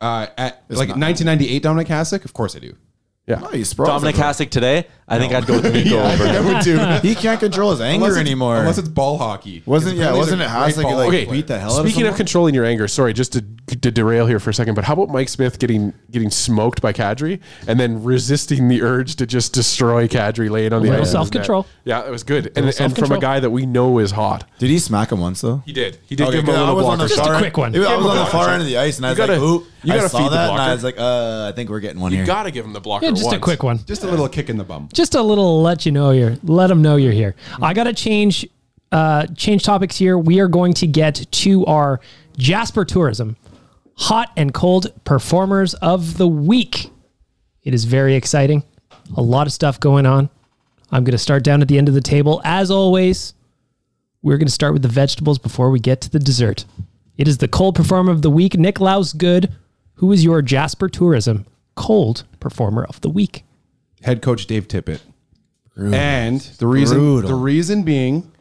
S6: Uh, at, like 1998 Dominic Hasek. Of course I do.
S4: Yeah.
S8: Nice, bro.
S7: Dominic Hasek today, I think I'd go with Nico
S8: Yeah, I
S7: over.
S8: think I would too. He can't control his anger
S6: Unless it's-
S8: anymore.
S6: Unless it's ball hockey.
S8: Wasn't- yeah,
S6: Apparently
S8: wasn't
S6: he's a
S8: it
S6: great
S8: Hasek,
S6: ball
S8: like,
S6: hockey
S8: beat
S6: player.
S8: the hell out of
S4: Speaking of
S8: someone?
S4: controlling your anger, sorry, just to, to derail here for a second, but how about Mike Smith getting getting smoked by Kadri and then resisting the urge to just destroy Kadri laying on the
S2: Little
S4: ice?
S2: self-control.
S4: Yeah, it was good,
S2: Little
S4: and, and from
S2: self-control.
S4: a guy that we know is hot.
S8: Did he smack him once though?
S4: He did. He did
S8: Okay,
S4: give him a
S8: good. I
S4: little
S8: was on
S4: blocker.
S8: the
S2: Just a
S8: far
S2: quick one.
S8: I was on the
S4: blocker
S8: far
S4: shot.
S8: end of the ice, and I
S4: You
S8: was
S4: gotta-
S8: like, "Ooh!"
S4: you
S8: I
S4: gotta feed
S8: saw
S4: the
S8: that, and I
S4: blocker.
S8: was like, "Uh, I think we're getting one
S4: You
S8: here."
S4: got to give him the blocker.
S2: Yeah, just a
S4: once.
S2: quick one.
S6: Just a little kick in the bum.
S2: Just a little let you know you're let them know you're here. I gotta change uh change topics here. We are going to get to our Jasper Tourism Hot and Cold Performers of the Week. It is very exciting. A lot of stuff going on. I'm gonna start down at the end of the table. As always, we're gonna start with the vegetables before we get to the dessert. It is the cold performer of the week, Nick Laus Good. Who is your Jasper Tourism cold performer of the week?
S6: head coach Dave Tippett. And the reason
S8: Brutal.
S6: the reason being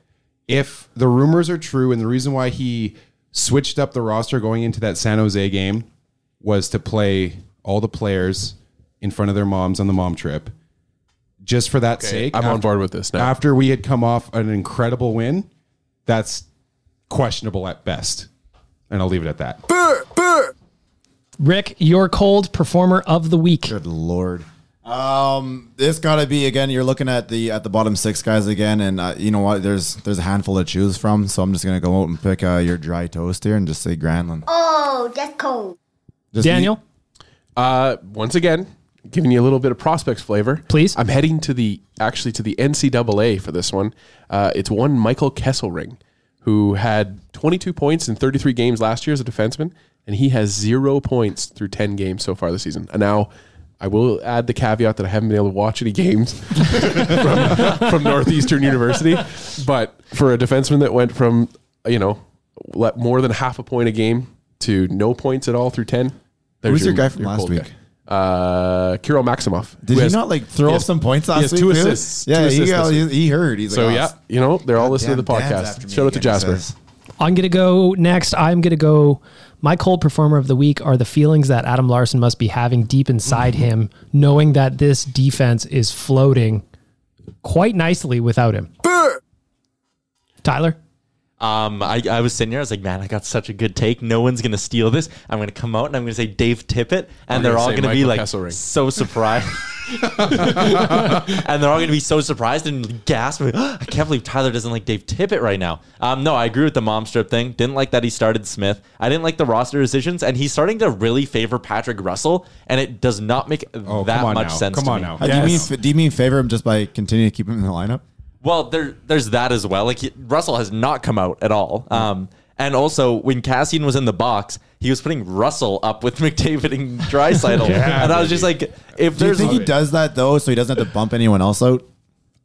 S6: if the rumors are true and the reason why he switched up the roster going into that San Jose game was to play all the players in front of their moms on the mom trip. Just for that sake.
S4: I'm on
S6: after-
S4: board with this now.
S6: After we had come off an incredible win, that's questionable at best. And I'll leave it at that.
S2: Rick, your cold performer of the week.
S8: Good lord. Um, this got to be again. You're looking at the at the bottom six guys again, and uh, you know what? There's there's a handful to choose from, so I'm just gonna go out and pick uh, your dry toast here and just say Granlund.
S10: Oh, that's cold.
S8: Just
S2: Daniel,
S4: Uh, once again, giving you a little bit of prospects flavor.
S2: Please.
S4: I'm heading to the actually to the NCAA for this one. Uh, it's one Michael Kesselring, who had 22 points in 33 games last year as a defenseman, and he has zero points through 10 games so far this season. And now. I will add the caveat that I haven't been able to watch any games from, from Northeastern University, but for a defenseman that went from you know let more than half a point a game to no points at all through ten, there's
S8: Who's your guy from last
S4: cold
S8: week?
S4: guy. Uh, Kirill Maximov.
S8: Did
S4: who
S8: he
S4: has-
S8: not like throw
S4: he
S8: up
S4: has-
S8: some points
S4: he
S8: last
S4: has
S8: week?
S4: Two
S8: too?
S4: assists. two
S8: Yeah, he,
S4: assists this
S8: he,
S4: week.
S8: he heard. He's
S4: so
S8: like,
S4: yeah,
S8: "Oh,
S4: you know they're all listening to the
S8: goddamn Dan's after
S4: podcast.
S8: me
S4: Shout out to
S8: again," he
S4: Jasper.
S8: says.
S2: I'm going to go next. I'm going to go. My cold performer of the week are the feelings that Adam Larson must be having deep inside
S4: Mm-hmm.
S2: him, knowing that this defense is floating quite nicely without him. Tyler,
S7: Um, I, I was sitting here. I was like, man, I got such a good take. No one's gonna steal this. I'm gonna come out and I'm gonna say Dave Tippett, and they're
S4: gonna
S7: all
S4: say
S7: gonna be
S4: Michael
S7: like
S4: Kesselring.
S7: so surprised, and they're all gonna be so surprised and gasp. like, I can't believe Tyler doesn't like Dave Tippett right now. Um, no, I agree with the mom strip thing. Didn't like that he started Smith. I didn't like the roster decisions, and he's starting to really favor Patrick Russell, and it does not make
S6: Oh,
S7: that
S6: come on
S7: much
S6: now.
S7: sense.
S6: Come
S7: to
S6: on
S7: me.
S6: now.
S8: How do you mean? f- Do you mean favor him just by continuing to keep him in the lineup?
S7: Well, there, there's that as well. Like he, Russell has not come out at all.
S8: Mm-hmm.
S7: Um, and also when Cassian was in the box, he was putting Russell up with McDavid and Drysaitel, and I was just like, if
S8: Do you
S7: there's,
S8: think he does that though, so he doesn't have to bump anyone else out?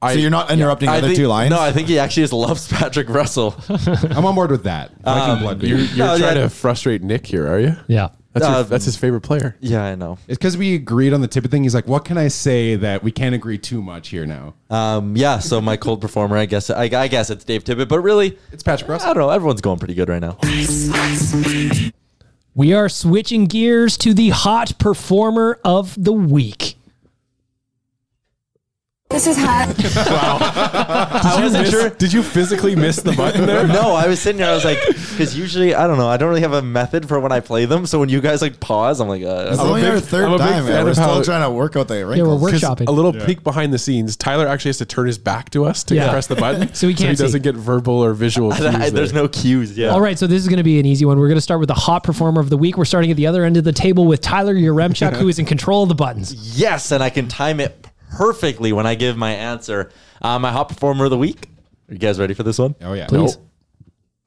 S8: so you're not interrupting
S7: I
S8: the other
S7: think-
S8: two lines.
S7: No, I think he actually just loves Patrick Russell.
S6: I'm on board with that. Viking blood, baby.
S4: You're, you're
S7: No,
S4: trying
S7: yeah.
S4: to frustrate Nick here, are you?
S2: yeah,
S4: That's, your-
S7: Uh,
S4: that's his favorite player.
S7: yeah, I know.
S6: It's because we agreed on the Tippett thing. He's like, what can I say that we can't agree too much here now?
S7: Um, yeah, so my cold performer, I guess, I, I guess it's Dave Tippett, but really,
S6: It's Patrick
S7: I don't know. Everyone's going pretty good right now.
S2: we are switching gears to the hot performer of the week.
S10: This is hot.
S7: I wasn't sure.
S4: Did you physically miss the button there?
S7: no, I was sitting there. I was like, because usually I don't know. I don't really have a method for when I play them. So when you guys like pause, I'm like, uh,
S8: It's only
S4: big-
S8: our third
S4: I'm a big
S8: time.
S4: fan
S8: Man. We're
S4: of
S8: still
S4: how-
S8: trying to work out the
S2: Yeah, we're
S8: wrinkles.
S2: workshopping.
S4: A little peek behind the scenes. Tyler actually has to turn his back to us to
S2: Yeah.
S4: press the button,
S2: So he can't see.
S4: doesn't get verbal or visual. Cues
S7: I-
S4: there.
S7: there's no cues. Yeah.
S2: All right, so this is going to be an easy one. We're going to start with the hot performer of the week. We're starting at the other end of the table with Tyler Yaremchuk, who is in control of the buttons.
S7: Yes, and I can time it perfectly when I give my answer. Uh, my hot performer of the week. Are you guys ready for this one?
S6: Oh, yeah.
S2: Please.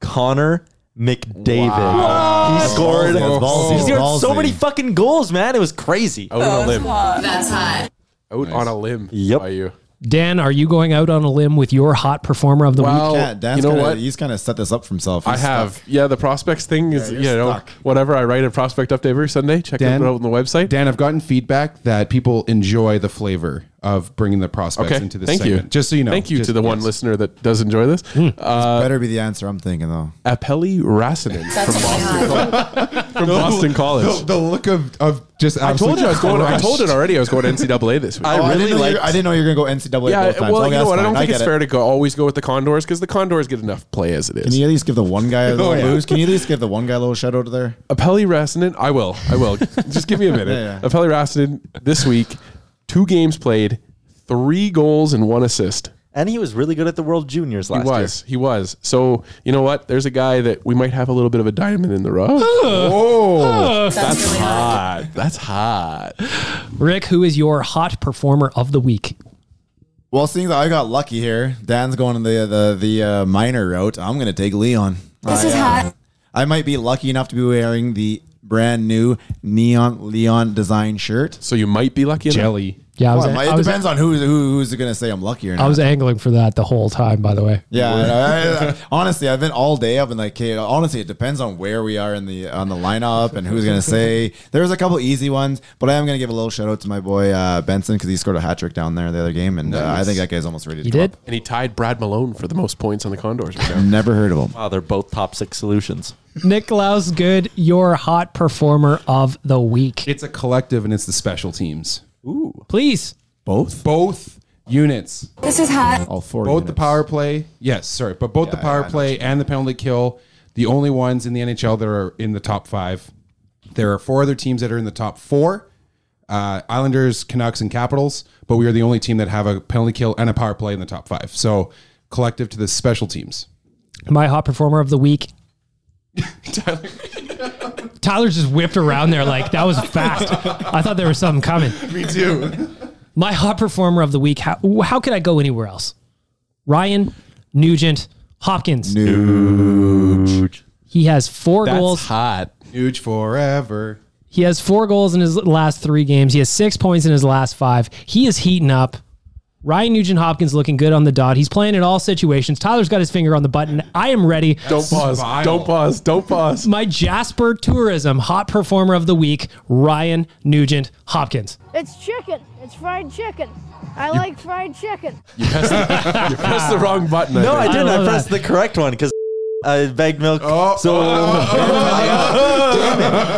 S7: Connor McDavid. He
S8: That's ballsy,
S7: scored.
S8: that's ballsy,
S7: he scored
S8: that's
S7: so
S8: ballsy.
S7: many fucking goals, man. It was crazy.
S4: out on a limb.
S10: That's hot.
S4: Out on a limb.
S7: Yep.
S4: By you.
S2: Dan, are you going out on a limb with your hot performer of the week?
S4: Wow.
S8: Yeah, Dan's
S4: you know
S8: kinda,
S4: what?
S8: He's kind of set this up for himself.
S4: I
S8: He's
S4: have.
S8: stuck.
S4: Yeah, the prospects thing is,
S8: you're
S4: you know,
S8: stuck.
S4: whatever I write a prospect update every Sunday, check
S6: Dan-
S4: it out on the website.
S6: Dan, I've gotten feedback that people enjoy the flavor of bringing the prospects
S4: Okay,
S6: into this
S4: thank you.
S6: segment. Just so you know.
S4: Thank you
S6: Just-
S4: to the one
S6: yes.
S4: listener that does enjoy this.
S2: Hmm.
S4: Uh,
S8: Better be the answer I'm thinking though.
S4: Apelli Rassinen from Boston, from
S6: The-
S4: Boston College.
S6: The, the look of, of just
S4: I
S6: absolute
S4: told you I was going. I
S6: crushed.
S4: told it already. I was going NCAA this week.
S8: Oh, didn't know you- I didn't know you were going to go NCAA. both
S4: Yeah,
S8: times.
S4: Uh, well,
S8: Okay,
S4: you know
S8: that's
S4: what? I
S8: fine.
S4: don't think
S8: get
S4: it's
S8: it.
S4: fair to go always go with the Condors because the Condors get enough play as it is.
S8: Can you at least give the one guy a little
S4: Oh, yeah.
S8: boost? Can you at least give the one guy a little shout out there?
S4: Apelli Rassinen, I will. I will. Just give me a minute.
S8: Yeah, yeah.
S4: Apelli Rassinen this week, two games played, three goals and one assist.
S7: And he was really good at the World Juniors
S4: He
S7: last year.
S4: was. He was. So you know what? There's a guy that we might have a little bit of a diamond in the rough.
S2: Uh.
S4: Oh,
S2: That's really
S4: hot. That's hot.
S2: Rick, who is your hot performer of the week?
S8: Well, seeing that I got lucky here, Dan's going the the the uh, minor route. I'm gonna take Leon. This is hot. I might be lucky enough to be wearing the brand new neon Leon design shirt.
S4: So you might be lucky. enough.
S8: Jelly.
S2: Yeah, I was-
S8: Well, it might-
S2: I
S8: it
S2: was-
S8: depends on who who who's gonna say I'm lucky or not.
S2: I was angling for that the whole time, by the way.
S8: Yeah, I- I- I- honestly, I've been all day. I've been like, okay, honestly, it depends on where we are in the on the lineup and who's gonna say. There's a couple easy ones, but I am gonna give a little shout out to my boy uh, Benson because he scored a hat trick down there the other game, and uh, I think that guy's almost ready. to come up.
S4: and he tied Brad Malone for the most points on the Condors. Right now.
S8: Never heard of him.
S7: Wow, they're both top six solutions.
S2: Nicklaus Good, your hot performer of the week.
S6: It's a collective and it's the special teams.
S4: Ooh,
S2: please.
S8: Both?
S6: Both units.
S10: This is hot.
S8: All four.
S6: both the power play. Yes, sorry. But both the power play and the penalty kill, the only ones in the NHL that are in the top five. There are four other teams that are in the top four uh, Islanders, Canucks, and Capitals, but we are the only team that have a penalty kill and a power play in the top five. So collective to the special teams.
S2: My hot performer of the week. Tyler. Tyler just whipped around there like that was fast. I thought there was something coming.
S6: Me too.
S2: My hot performer of the week. How, how could I go anywhere else? Ryan Nugent Hopkins.
S8: Nuge.
S2: He has four goals.
S4: hot.
S6: Huge forever.
S2: He has four goals in his last three games. He has six points in his last five. He is heating up. Ryan Nugent Hopkins looking good on the dot. He's playing in all situations. Tyler's got his finger on the button. I am ready.
S4: Don't pause.
S6: Smile.
S4: Don't pause. Don't pause.
S2: My Jasper Tourism Hot Performer of the Week, Ryan Nugent Hopkins.
S10: It's chicken. It's fried chicken. I like fried chicken.
S4: You pressed the wrong button. I
S7: No,
S4: think.
S7: I didn't. I,
S2: love
S7: pressed the correct one because I bagged milk.
S6: Oh.
S4: Oh.
S7: so um,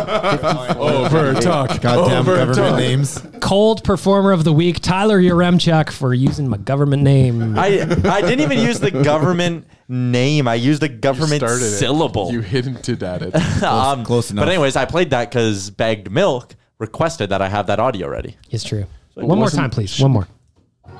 S4: Over talk.
S8: Goddamn
S4: Over
S8: government
S4: talk.
S8: names.
S2: Cold Performer of the Week, Tyler Yaremchuk for using my government name.
S7: I I didn't even use the government name. I used the government
S4: Started it.
S7: syllable.
S4: You hinted at it.
S7: Um,
S8: close enough.
S7: But anyways, I played that because bagged milk requested that I have that audio ready.
S2: It's true. One more time, please. One more.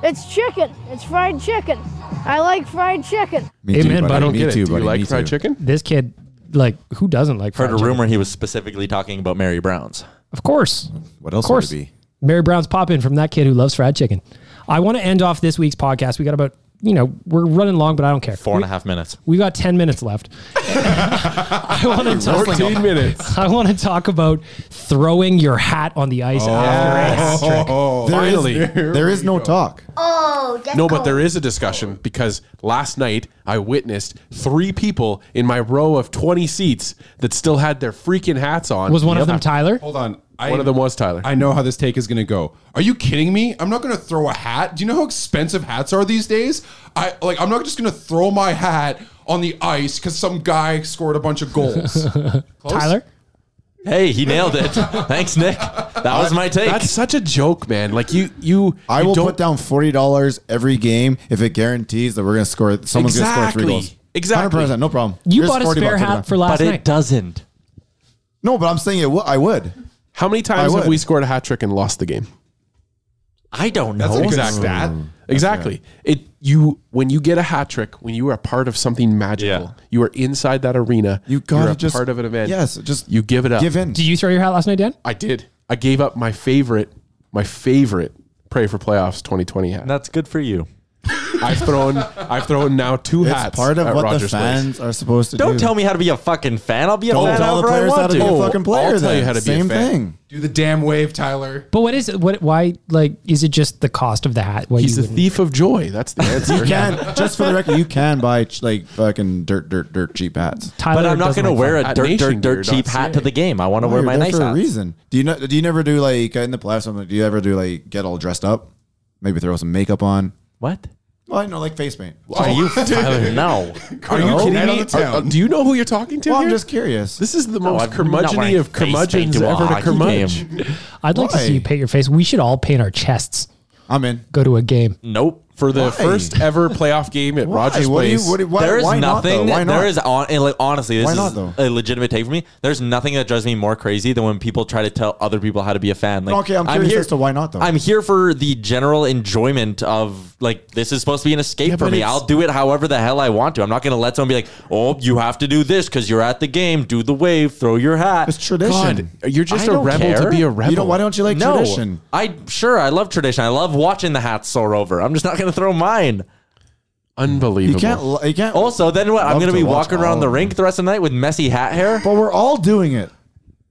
S10: It's chicken. It's fried chicken. I like fried chicken.
S8: Me
S2: Amen, buddy. I don't
S8: Me
S4: Get it.
S8: too,
S4: Do you
S8: buddy.
S4: like
S8: Me
S4: fried
S8: too.
S4: chicken?
S2: This kid, like, who doesn't like
S7: Heard
S2: fried
S7: a
S2: chicken?
S7: rumor he was specifically talking about Mary Brown's.
S2: Of course.
S8: What else
S2: Of course.
S8: would it be?
S2: Mary Brown's pop in from that kid who loves fried chicken. I want to end off this week's podcast. We got about, you know, we're running long, but I don't care.
S7: Four and
S2: we,
S7: a half minutes.
S2: we got 10 minutes left. I want to talk,
S4: 14 minutes.
S2: I want to talk about throwing your hat on the ice after a hat trick.
S8: There is-
S4: Finally.
S8: there is no talk.
S10: Oh, that's
S4: No, but there is a discussion because last night I witnessed three people in my row of 20 seats that still had their freaking hats on.
S2: Was one of them Tyler?
S6: Hold on. I,
S4: One of them was Tyler.
S6: I know how this take is going to go. Are you kidding me? I'm not going to throw a hat. Do you know how expensive hats are these days? I like. I'm not just going to throw my hat on the ice because some guy scored a bunch of goals.
S2: Tyler?
S7: Hey, he nailed it. Thanks, Nick. That was my take.
S4: That's such a joke, man. Like you, you.
S8: I
S4: you
S8: will
S4: don't-
S8: put down forty dollars every game if it guarantees that we're gonna score. Someone's gonna score
S4: Exactly.
S8: three goals.
S4: Exactly.
S8: Hundred percent. No problem.
S2: You
S8: Here's
S2: bought a
S8: 40
S2: spare
S8: bucks,
S2: hat
S8: okay.
S2: for last
S7: but it
S2: night.
S7: doesn't.
S8: No, but I'm saying it. W- I would.
S4: How many times
S8: I
S4: have
S8: would.
S4: we scored a hat trick and lost the game?
S7: I don't know.
S6: That's a good
S4: Exactly.
S6: stat.
S8: Mm.
S4: Exactly. It you when you get a hat trick, when you are part of something magical,
S7: Yeah.
S4: you are inside that arena.
S8: You gotta
S4: you're a
S8: just
S4: part of an event.
S8: Yes, just
S4: you give it up.
S8: Give in.
S2: Did you throw your hat last night, Dan?
S4: I did. I gave up my favorite, my favorite pray for playoffs 2020 hat.
S7: That's good for you.
S4: I've thrown I've thrown now two
S8: It's
S4: hats.
S8: part of
S4: at
S8: what
S4: Rogers
S8: the
S4: Place.
S8: fans are supposed to
S7: Don't
S8: do.
S7: tell me how to be a fucking fan. I'll be a
S8: Don't
S7: fan
S8: tell the
S7: however I
S8: players how
S7: want
S8: to
S7: to.
S8: be a
S4: Oh,
S8: fucking
S4: I'll
S8: player.
S4: tell
S8: then.
S4: you how to be a
S8: Same
S4: fan.
S8: thing.
S6: Do the damn wave, Tyler.
S2: But what is it? What? Why? Like, is it just the cost of the hat? Why
S4: He's
S2: you
S4: the
S2: wouldn't-
S4: thief of joy. That's the answer.
S8: You can just for the record, you can buy ch- like fucking dirt, dirt, dirt cheap hats.
S2: Tyler
S7: But I'm not
S2: doesn't
S7: going to
S2: like
S7: wear
S2: fun.
S7: a
S4: At
S7: dirt, dirt, dirt
S4: nationgear.ca.
S7: cheap hat to the game. I want to
S8: No,
S7: wear
S8: you're
S7: my
S8: there
S7: nice
S8: for a
S7: hat.
S8: reason. Do you not? Do you never do like in the playoffs? something- Do you ever do like get all dressed up?
S4: Maybe throw some makeup on.
S7: What?
S4: Well, I know, like face paint. Oh.
S7: Are you Tyler? No.
S4: Are you kidding me? Are-
S6: do you know who you're talking to?
S4: Well, I'm
S6: here?
S4: just curious.
S6: This is the
S7: No,
S6: most
S7: I'm not
S6: curmudgeon
S7: wearing
S6: of
S7: face paint
S6: curmudgeons
S7: to a
S6: ever to
S7: hockey
S6: curmudge.
S2: I'd like to see you paint your face. We should all paint our chests.
S4: I'm in.
S2: Go to a game.
S7: Nope.
S6: For the
S4: Why?
S6: first ever playoff game at
S4: Why?
S6: Rogers
S4: What do you-
S6: Place.
S4: what do you- why-
S7: there is
S4: why not, though?
S7: nothing.
S4: Why not?
S7: There is on, and like, honestly, this
S4: Why
S7: is
S4: not, though?
S7: a legitimate take for me. There's nothing that drives me more crazy than when people try to tell other people how to be a fan. Like,
S4: Okay, I'm curious as to why not, though.
S7: I'm here for the general enjoyment of like this is supposed to be an escape
S6: Yeah,
S7: for
S6: but
S7: me.
S6: it's-
S7: I'll do it however the hell I want to. I'm not going to let someone be like, oh, you have to do this because you're at the game. Do the wave, throw your hat.
S4: It's tradition.
S6: God, you're just
S7: I
S6: a
S7: don't
S6: rebel to
S7: care.
S6: be a
S7: You
S6: rebel.
S4: You know, why don't you like
S7: no,
S4: tradition?
S7: I sure I love tradition. I love watching the hats soar over. I'm just not going to throw mine.
S6: Unbelievable.
S4: You can't. li- You can't.
S7: Also, then what? I'm
S4: Love
S7: going to be
S4: to watch
S7: walking
S4: all
S7: around
S4: of
S7: the
S4: them.
S7: rink the rest of the night with messy hat hair.
S4: but we're all doing it.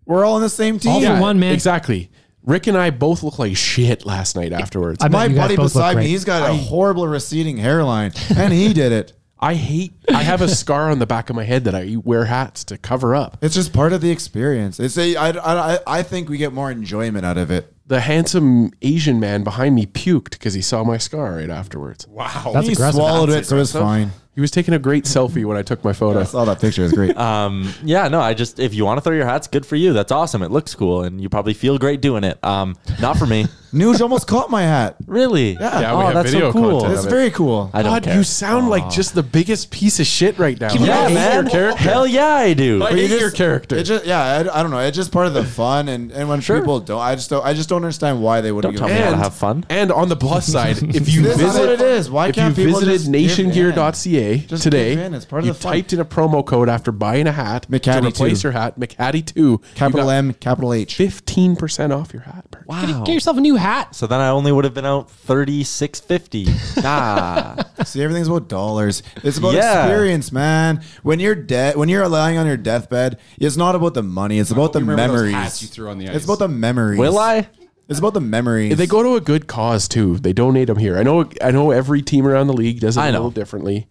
S4: We're all on the same team.
S2: All for one, man.
S6: Exactly. Rick and I both look like shit last night afterwards.
S2: I bet
S4: My
S2: you guys
S4: buddy
S2: both look
S4: beside me,
S2: great.
S4: he's got a horrible receding hairline, and he did it.
S6: I hate. I have a scar on the back of my head that I wear hats to cover up.
S4: It's just part of the experience. It's a, I, I, I- I think we get more enjoyment out of it.
S6: The handsome Asian man behind me puked because he saw my scar right afterwards.
S9: Wow.
S2: That's
S4: he
S2: aggressive.
S4: swallowed it, so it's fine.
S6: He was taking a great selfie when I took my photo. Uh,
S4: I saw that picture. It's great.
S7: Yeah, no, I just if you want to throw your hats, good for you. That's awesome. It looks cool, and you probably feel great doing it. Um, not for me,
S4: Nuge almost caught my hat.
S7: really. Oh, Yeah,
S6: Yeah, we have video content.
S4: That's very cool.
S7: I don't
S6: God,
S7: care.
S6: you sound like just the biggest piece of shit right now.
S7: yeah,
S6: I hate
S7: man.
S6: Your character.
S7: Hell yeah, I do.
S6: I
S4: But you
S6: hate your
S4: just-
S6: character.
S4: It just, yeah, I, I don't know. It's just part of the fun, and, and when people don't, I just don't, I just don't understand why they wouldn't.
S7: Don't
S4: give
S7: tell me how
S4: a-
S7: to
S6: And-
S7: have fun.
S6: And on the plus side, if you
S4: This is
S6: visit,
S4: what it is. Why
S6: if
S4: can't
S6: you
S4: people
S6: visited
S4: just give in?
S6: nationgear.ca
S4: Just
S6: today,
S4: give in. It's part of
S6: you
S4: the fun.
S6: typed in a promo code after buying a hat
S4: McHattie
S6: to replace
S4: two.
S6: your hat, McHattie two,
S4: Capital M, capital H.
S6: fifteen percent off your hat. Bert.
S7: Wow.
S2: Get yourself a new hat.
S7: So then I only would have been out thirty six fifty. Nah.
S4: See, everything's about dollars. It's about
S7: Yeah.
S4: experience, man. When you're dead, when you're lying on your deathbed, it's not about the money. It's about the
S9: you remember those
S4: memories.
S9: hats you threw on the ice?
S4: It's about the memories.
S7: Will I?
S4: It's about the memories.
S6: They go to a good cause too. They donate them here. I know. I know every team around the league does it
S7: I
S6: a
S7: know.
S6: little differently.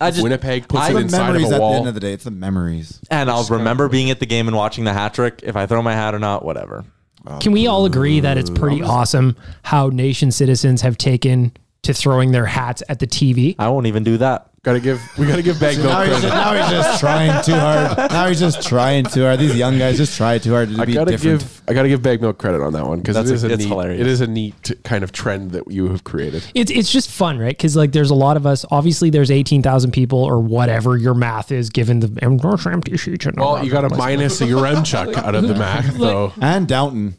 S7: I just
S6: Winnipeg puts
S7: I-
S6: it
S4: It's the
S6: inside of
S4: memories
S6: a
S4: at the
S6: wall.
S4: end of the day. It's the memories.
S7: and I'll remember being at the game and watching the hat trick. If I throw my hat or not, whatever.
S2: Can we all agree that it's pretty awesome how nation citizens have taken to throwing their hats at the TV?
S7: I won't even do that.
S6: gotta give. We gotta give Bagno
S4: Now
S6: credit.
S4: he's, just, now he's just trying too hard. Now he's just trying too hard. These young guys just try too hard to
S6: I
S4: be
S6: gotta
S4: different.
S6: give I gotta give bag milk credit on that one because it
S7: That's
S6: is
S7: a-
S6: a
S7: it's
S6: neat,
S7: hilarious.
S6: it is a neat kind of trend that you have created.
S2: It's it's just fun, right? Because like there's a lot of us. Obviously, there's eighteen thousand people or whatever your math is given the empty sheets. and all
S6: Well, you got to minus your Remchuk out of the math though.
S4: and Downton.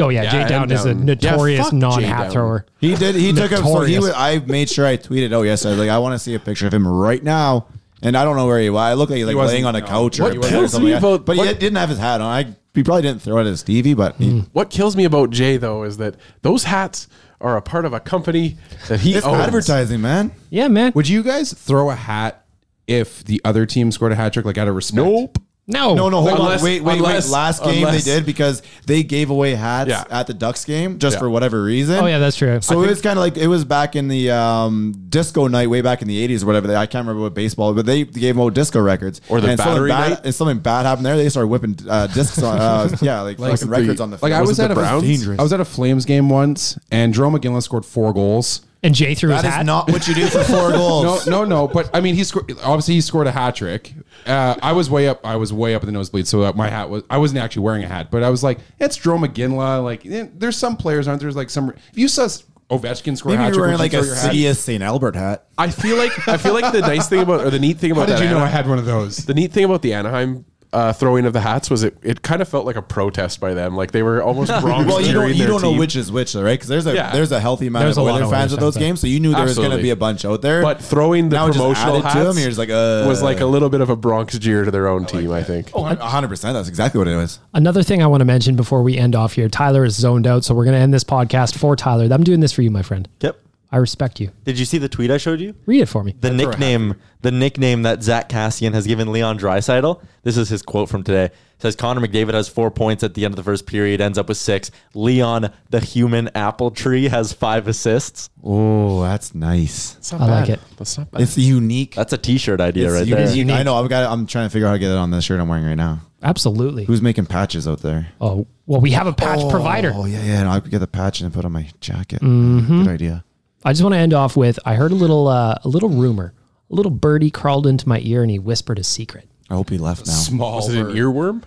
S2: Oh yeah,
S6: Yeah,
S2: Jay Down
S6: and
S2: is a
S6: Down. Yeah,
S2: notorious
S6: fuck Jay
S2: non-hat
S6: Down.
S2: thrower.
S4: He did. He took up. So he
S2: Notorious.
S4: was, I made sure I tweeted. Oh yes, I was like I want to see a picture of him right now. And I don't know where he was. I look like he like
S9: wasn't-
S4: laying on a
S9: no.
S4: couch
S6: What
S4: or, a bed or
S6: kills
S4: something.
S6: me
S4: like
S6: about-
S4: that. but he
S6: what- Mm.
S4: didn't have his hat on. I, he probably didn't throw it at Stevie, but he,
S6: What kills me about Jay though is that those hats are a part of a company that he
S4: it's
S6: owns.
S4: advertising, man.
S2: Yeah, man.
S9: Would you guys throw a hat if the other team scored a hat trick, like out of respect?
S6: Nope.
S2: no,
S4: No, no, hold
S6: Unless-
S4: on. Wait, wait,
S6: unless-
S4: wait. Last game
S6: unless-
S4: they did because they gave away hats
S6: Yeah.
S4: at the Ducks game just
S6: Yeah.
S4: for whatever reason.
S2: Oh yeah, that's true.
S4: So it was kind of like it was back in the um, disco night, way back in the '80s or whatever. I can't remember what baseball, but they gave them out disco records.
S6: Or the
S4: and something
S6: battery
S4: bad,
S6: night?
S4: and something bad happened there. They started whipping uh, discs on, uh, yeah, like,
S6: Like
S4: fucking
S6: the-
S4: records on the.
S9: Like I
S6: Was
S9: was,
S6: it
S9: at
S6: the
S9: a
S6: Browns?
S9: I was at a Flames game once, and Jerome McGinley scored four goals.
S2: and Jay threw his
S4: that
S2: hat.
S4: is not what you do for four
S9: No,
S4: goals.
S9: no, no. But I mean, he scored. Obviously, he scored a hat trick. Uh, I was way up. I was way up in the nosebleed, so uh, my hat was. I wasn't actually wearing a hat, but I was like, "It's Jerome McGinley." Like, eh, there's some players, aren't there? Like some. If you saw s- Ovechkin score a
S4: Maybe
S9: hat
S4: you're
S9: trick,
S4: wearing
S9: would
S4: like
S9: you
S4: a
S9: throw your hat?
S4: CDS St. Albert hat.
S6: I feel like I feel like the nice thing about or the neat thing
S9: How
S6: about
S9: did
S6: that
S9: you know
S6: Ana-
S9: I had one of those?
S6: the neat thing about the Anaheim. Uh, throwing of the hats was it, it kind of felt like a protest by them like they were almost wrong
S4: Well, you don't you don't know which is which though, right? Because there's a
S6: Yeah.
S4: there's a healthy amount
S2: There's
S4: of
S2: a lot
S4: Oilers
S2: of Oilers
S4: fans at those
S2: fans,
S4: games, so you knew there was going to
S6: Absolutely.
S4: be a bunch out there.
S6: But throwing the
S4: Now it just
S6: promotional
S4: added to 'em,
S6: hats
S4: you're just like, uh,
S6: was like a little bit of a Bronx jeer to their own team. I think.
S4: Oh, 100 percent. That's exactly what it was.
S2: Another thing I want to mention before we end off here, Tyler is zoned out, so we're going to end this podcast for Tyler. I'm doing this for you, my friend.
S7: Yep.
S2: I respect you.
S7: Did you see the tweet I showed you?
S2: Read it for me.
S7: the nickname the nickname that Zach Cassian has given Leon Dreisidel. This is his quote from today. It says Connor McDavid has four points at the end of the first period, ends up with six. Leon, the human apple tree, has five assists.
S4: Oh, that's nice.
S2: I like it.
S6: That's not bad.
S4: It's unique.
S7: That's a t-shirt idea
S4: It's
S7: right
S4: unique.
S7: there.
S4: I know. I've got. I'm trying to figure out how to get it on the shirt I'm wearing right now.
S2: Absolutely.
S8: Who's making patches out there?
S2: Oh, well, we have a patch provider.
S8: Oh yeah, yeah. And I could get the patch and put on my jacket.
S2: Mhm.
S8: Good idea.
S2: I just want to end off with I heard a little uh, a little rumor. A little birdie crawled into my ear and he whispered a secret.
S8: I hope he left now.
S4: Small. Was it an earworm?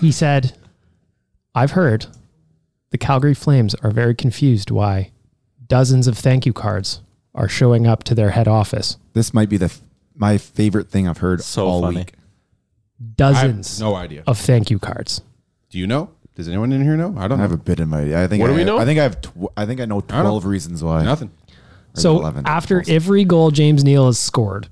S2: He said, "I've heard the Calgary Flames are very confused why dozens of thank you cards are showing up to their head office.
S8: This might be the f- my favorite thing I've heard all week.
S2: Dozens.
S6: I have no idea.
S2: Of thank you cards.
S6: Do you know? Does anyone in here know? I don't
S8: I have a bit in my. I think.
S6: What
S8: I,
S6: do we know?
S8: I think I have. Tw- I think I know
S6: I don't-
S8: twelve reasons why.
S6: Nothing.
S8: Or
S2: So
S8: 11.
S2: after every goal James Neal has scored,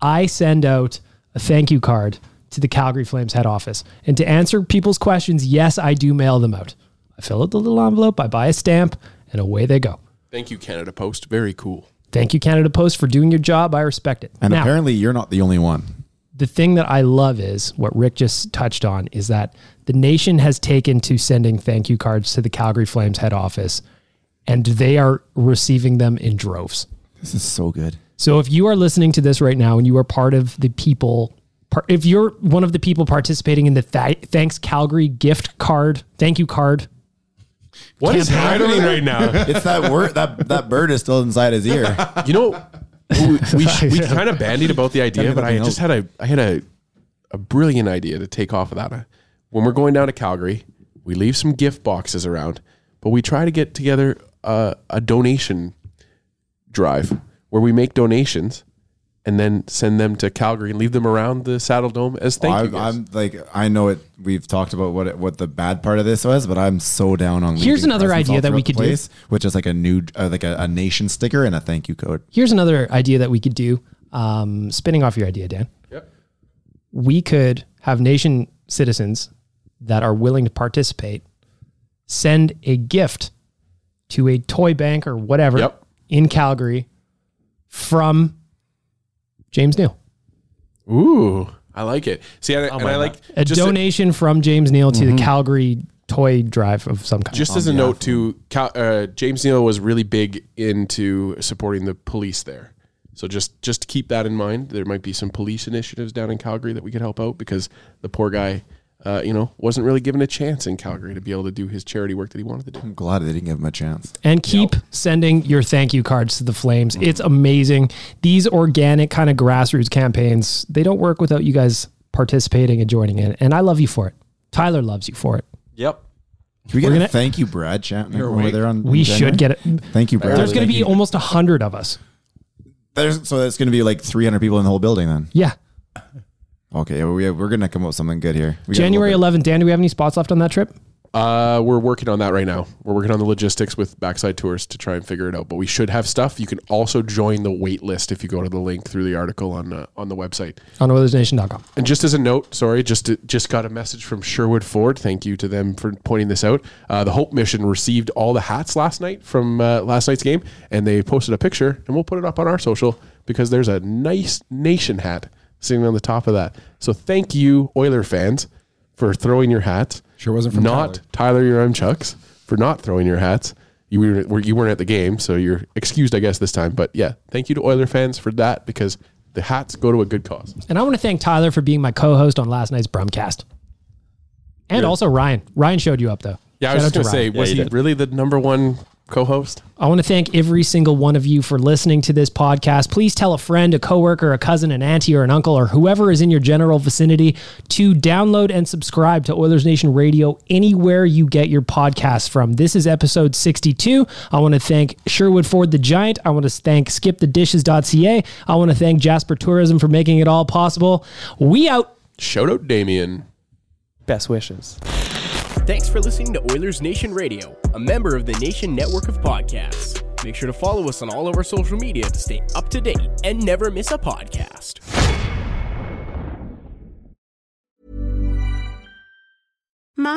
S2: I send out a thank you card to the Calgary Flames head office. And to answer people's questions, yes, I do mail them out. I fill out the little envelope, I buy a stamp, and away they go.
S4: Thank you, Canada Post. Very cool.
S2: Thank you, Canada Post, for doing your job. I respect it.
S8: and
S2: Now,
S8: apparently you're not the only one.
S2: the thing that I love is what Rick just touched on is that the nation has taken to sending thank you cards to the Calgary Flames head office, and they are receiving them in droves.
S8: This is so good.
S2: So if you are listening to this right now and you are part of the people, par- if you're one of the people participating in the Th- Thanks Calgary gift card, thank you card.
S4: What is
S2: campaign-
S4: happening right now?
S8: it's that word. That that bird is still inside his ear.
S4: You know, we, we, we kind of bandied about the idea, but I just had a I had a a brilliant idea to take off of that. When we're going down to Calgary, we leave some gift boxes around, but we try to get together a, a donation drive where we make donations and then send them to Calgary and leave them around the Saddle Dome as thank you.
S8: I'm,
S4: gifts.
S8: I'm like I know it. We've talked about what it, what the bad part of this was, but I'm so down on.
S2: Here's
S8: leaving
S2: another
S8: presents
S2: idea
S8: all throughout
S2: that we
S8: the
S2: could do.
S8: place, which is like a new, uh, like a, a nation sticker and a thank you code.
S2: Here's another idea that we could do. Um, spinning off your idea, Dan.
S4: Yep.
S2: We could have nation citizens that are willing to participate send a gift to a toy bank or whatever
S4: Yep.
S2: in Calgary from James Neal.
S4: Ooh, I like it. See, and, I- and I like
S2: a
S4: just to-
S2: donation from James Neal to the Calgary toy drive of some kind.
S4: Just as a note to Cal, uh, James Neal was really big into supporting the police there. So just just to keep that in mind. There might be some police initiatives down in Calgary that we could help out because the poor guy, uh, you know, wasn't really given a chance in Calgary to be able to do his charity work that he wanted to do.
S8: I'm glad they didn't give him a chance.
S2: and keep sending your thank you cards to the Flames.
S4: Mm-hmm.
S2: It's amazing. These organic kind of grassroots campaigns, they don't work without you guys participating and joining in. And I love you for it. Tyler loves you for it.
S7: Yep.
S8: Can we get
S2: We're
S8: a
S2: gonna-
S8: thank you, Brad Chapman,
S2: You're
S8: over
S2: awake.
S8: there on?
S2: We
S8: in January?
S2: should get it.
S8: Thank you, Brad.
S2: There's going
S8: Thank
S2: to be
S8: you.
S2: almost 100 of us.
S8: There's, so that's going to be like 300 people in the whole building then.
S2: Yeah.
S8: Okay, we we're going to come up with something good here. We got a
S2: January
S8: little
S2: 11th. Dan, do we have any spots left on that trip?
S4: Uh, we're working on that right now. We're working on the logistics with Backside Tours to try and figure it out. But we should have stuff. You can also join the wait list if you go to the link through the article on uh, on the website.
S2: On OilersNation.com.
S4: And just as a note, sorry, just just got a message from Sherwood Ford. Thank you to them for pointing this out. Uh, the Hope Mission received all the hats last night from uh, last night's game, and they posted a picture, and we'll put it up on our social because there's a nice nation hat sitting on the top of that. So thank you, Oiler fans, for throwing your hats.
S6: Sure wasn't from
S4: not Tyler, your Chucks for not throwing your hats. You were were- you weren't at the game, so you're excused, I guess, this time. But yeah, thank you to Oiler fans for that because the hats go to a good cause.
S2: And I want to thank Tyler for being my co host on last night's Brumcast. And
S4: Yeah.
S2: also Ryan. Ryan showed you up, though.
S4: Yeah,
S2: Shout
S4: I
S2: out
S4: was just gonna
S2: Ryan.
S4: say, was he really the number one co-host?
S2: I want to thank every single one of you for listening to this podcast. Please tell a friend, a coworker, a cousin, an auntie, or an uncle, or whoever is in your general vicinity to download and subscribe to Oilers Nation Radio anywhere you get your podcasts from. This is episode 62. I want to thank Sherwood Ford the Giant. I want to thank skipthedishes.ca. I want to thank Jasper Tourism for making it all possible. We out.
S4: Shout out Damien.
S11: Best wishes. Thanks for listening to Oilers Nation Radio, a member of the Nation Network of Podcasts. Make sure to follow us on all of our social media to stay up to date and never miss a podcast.
S9: Mom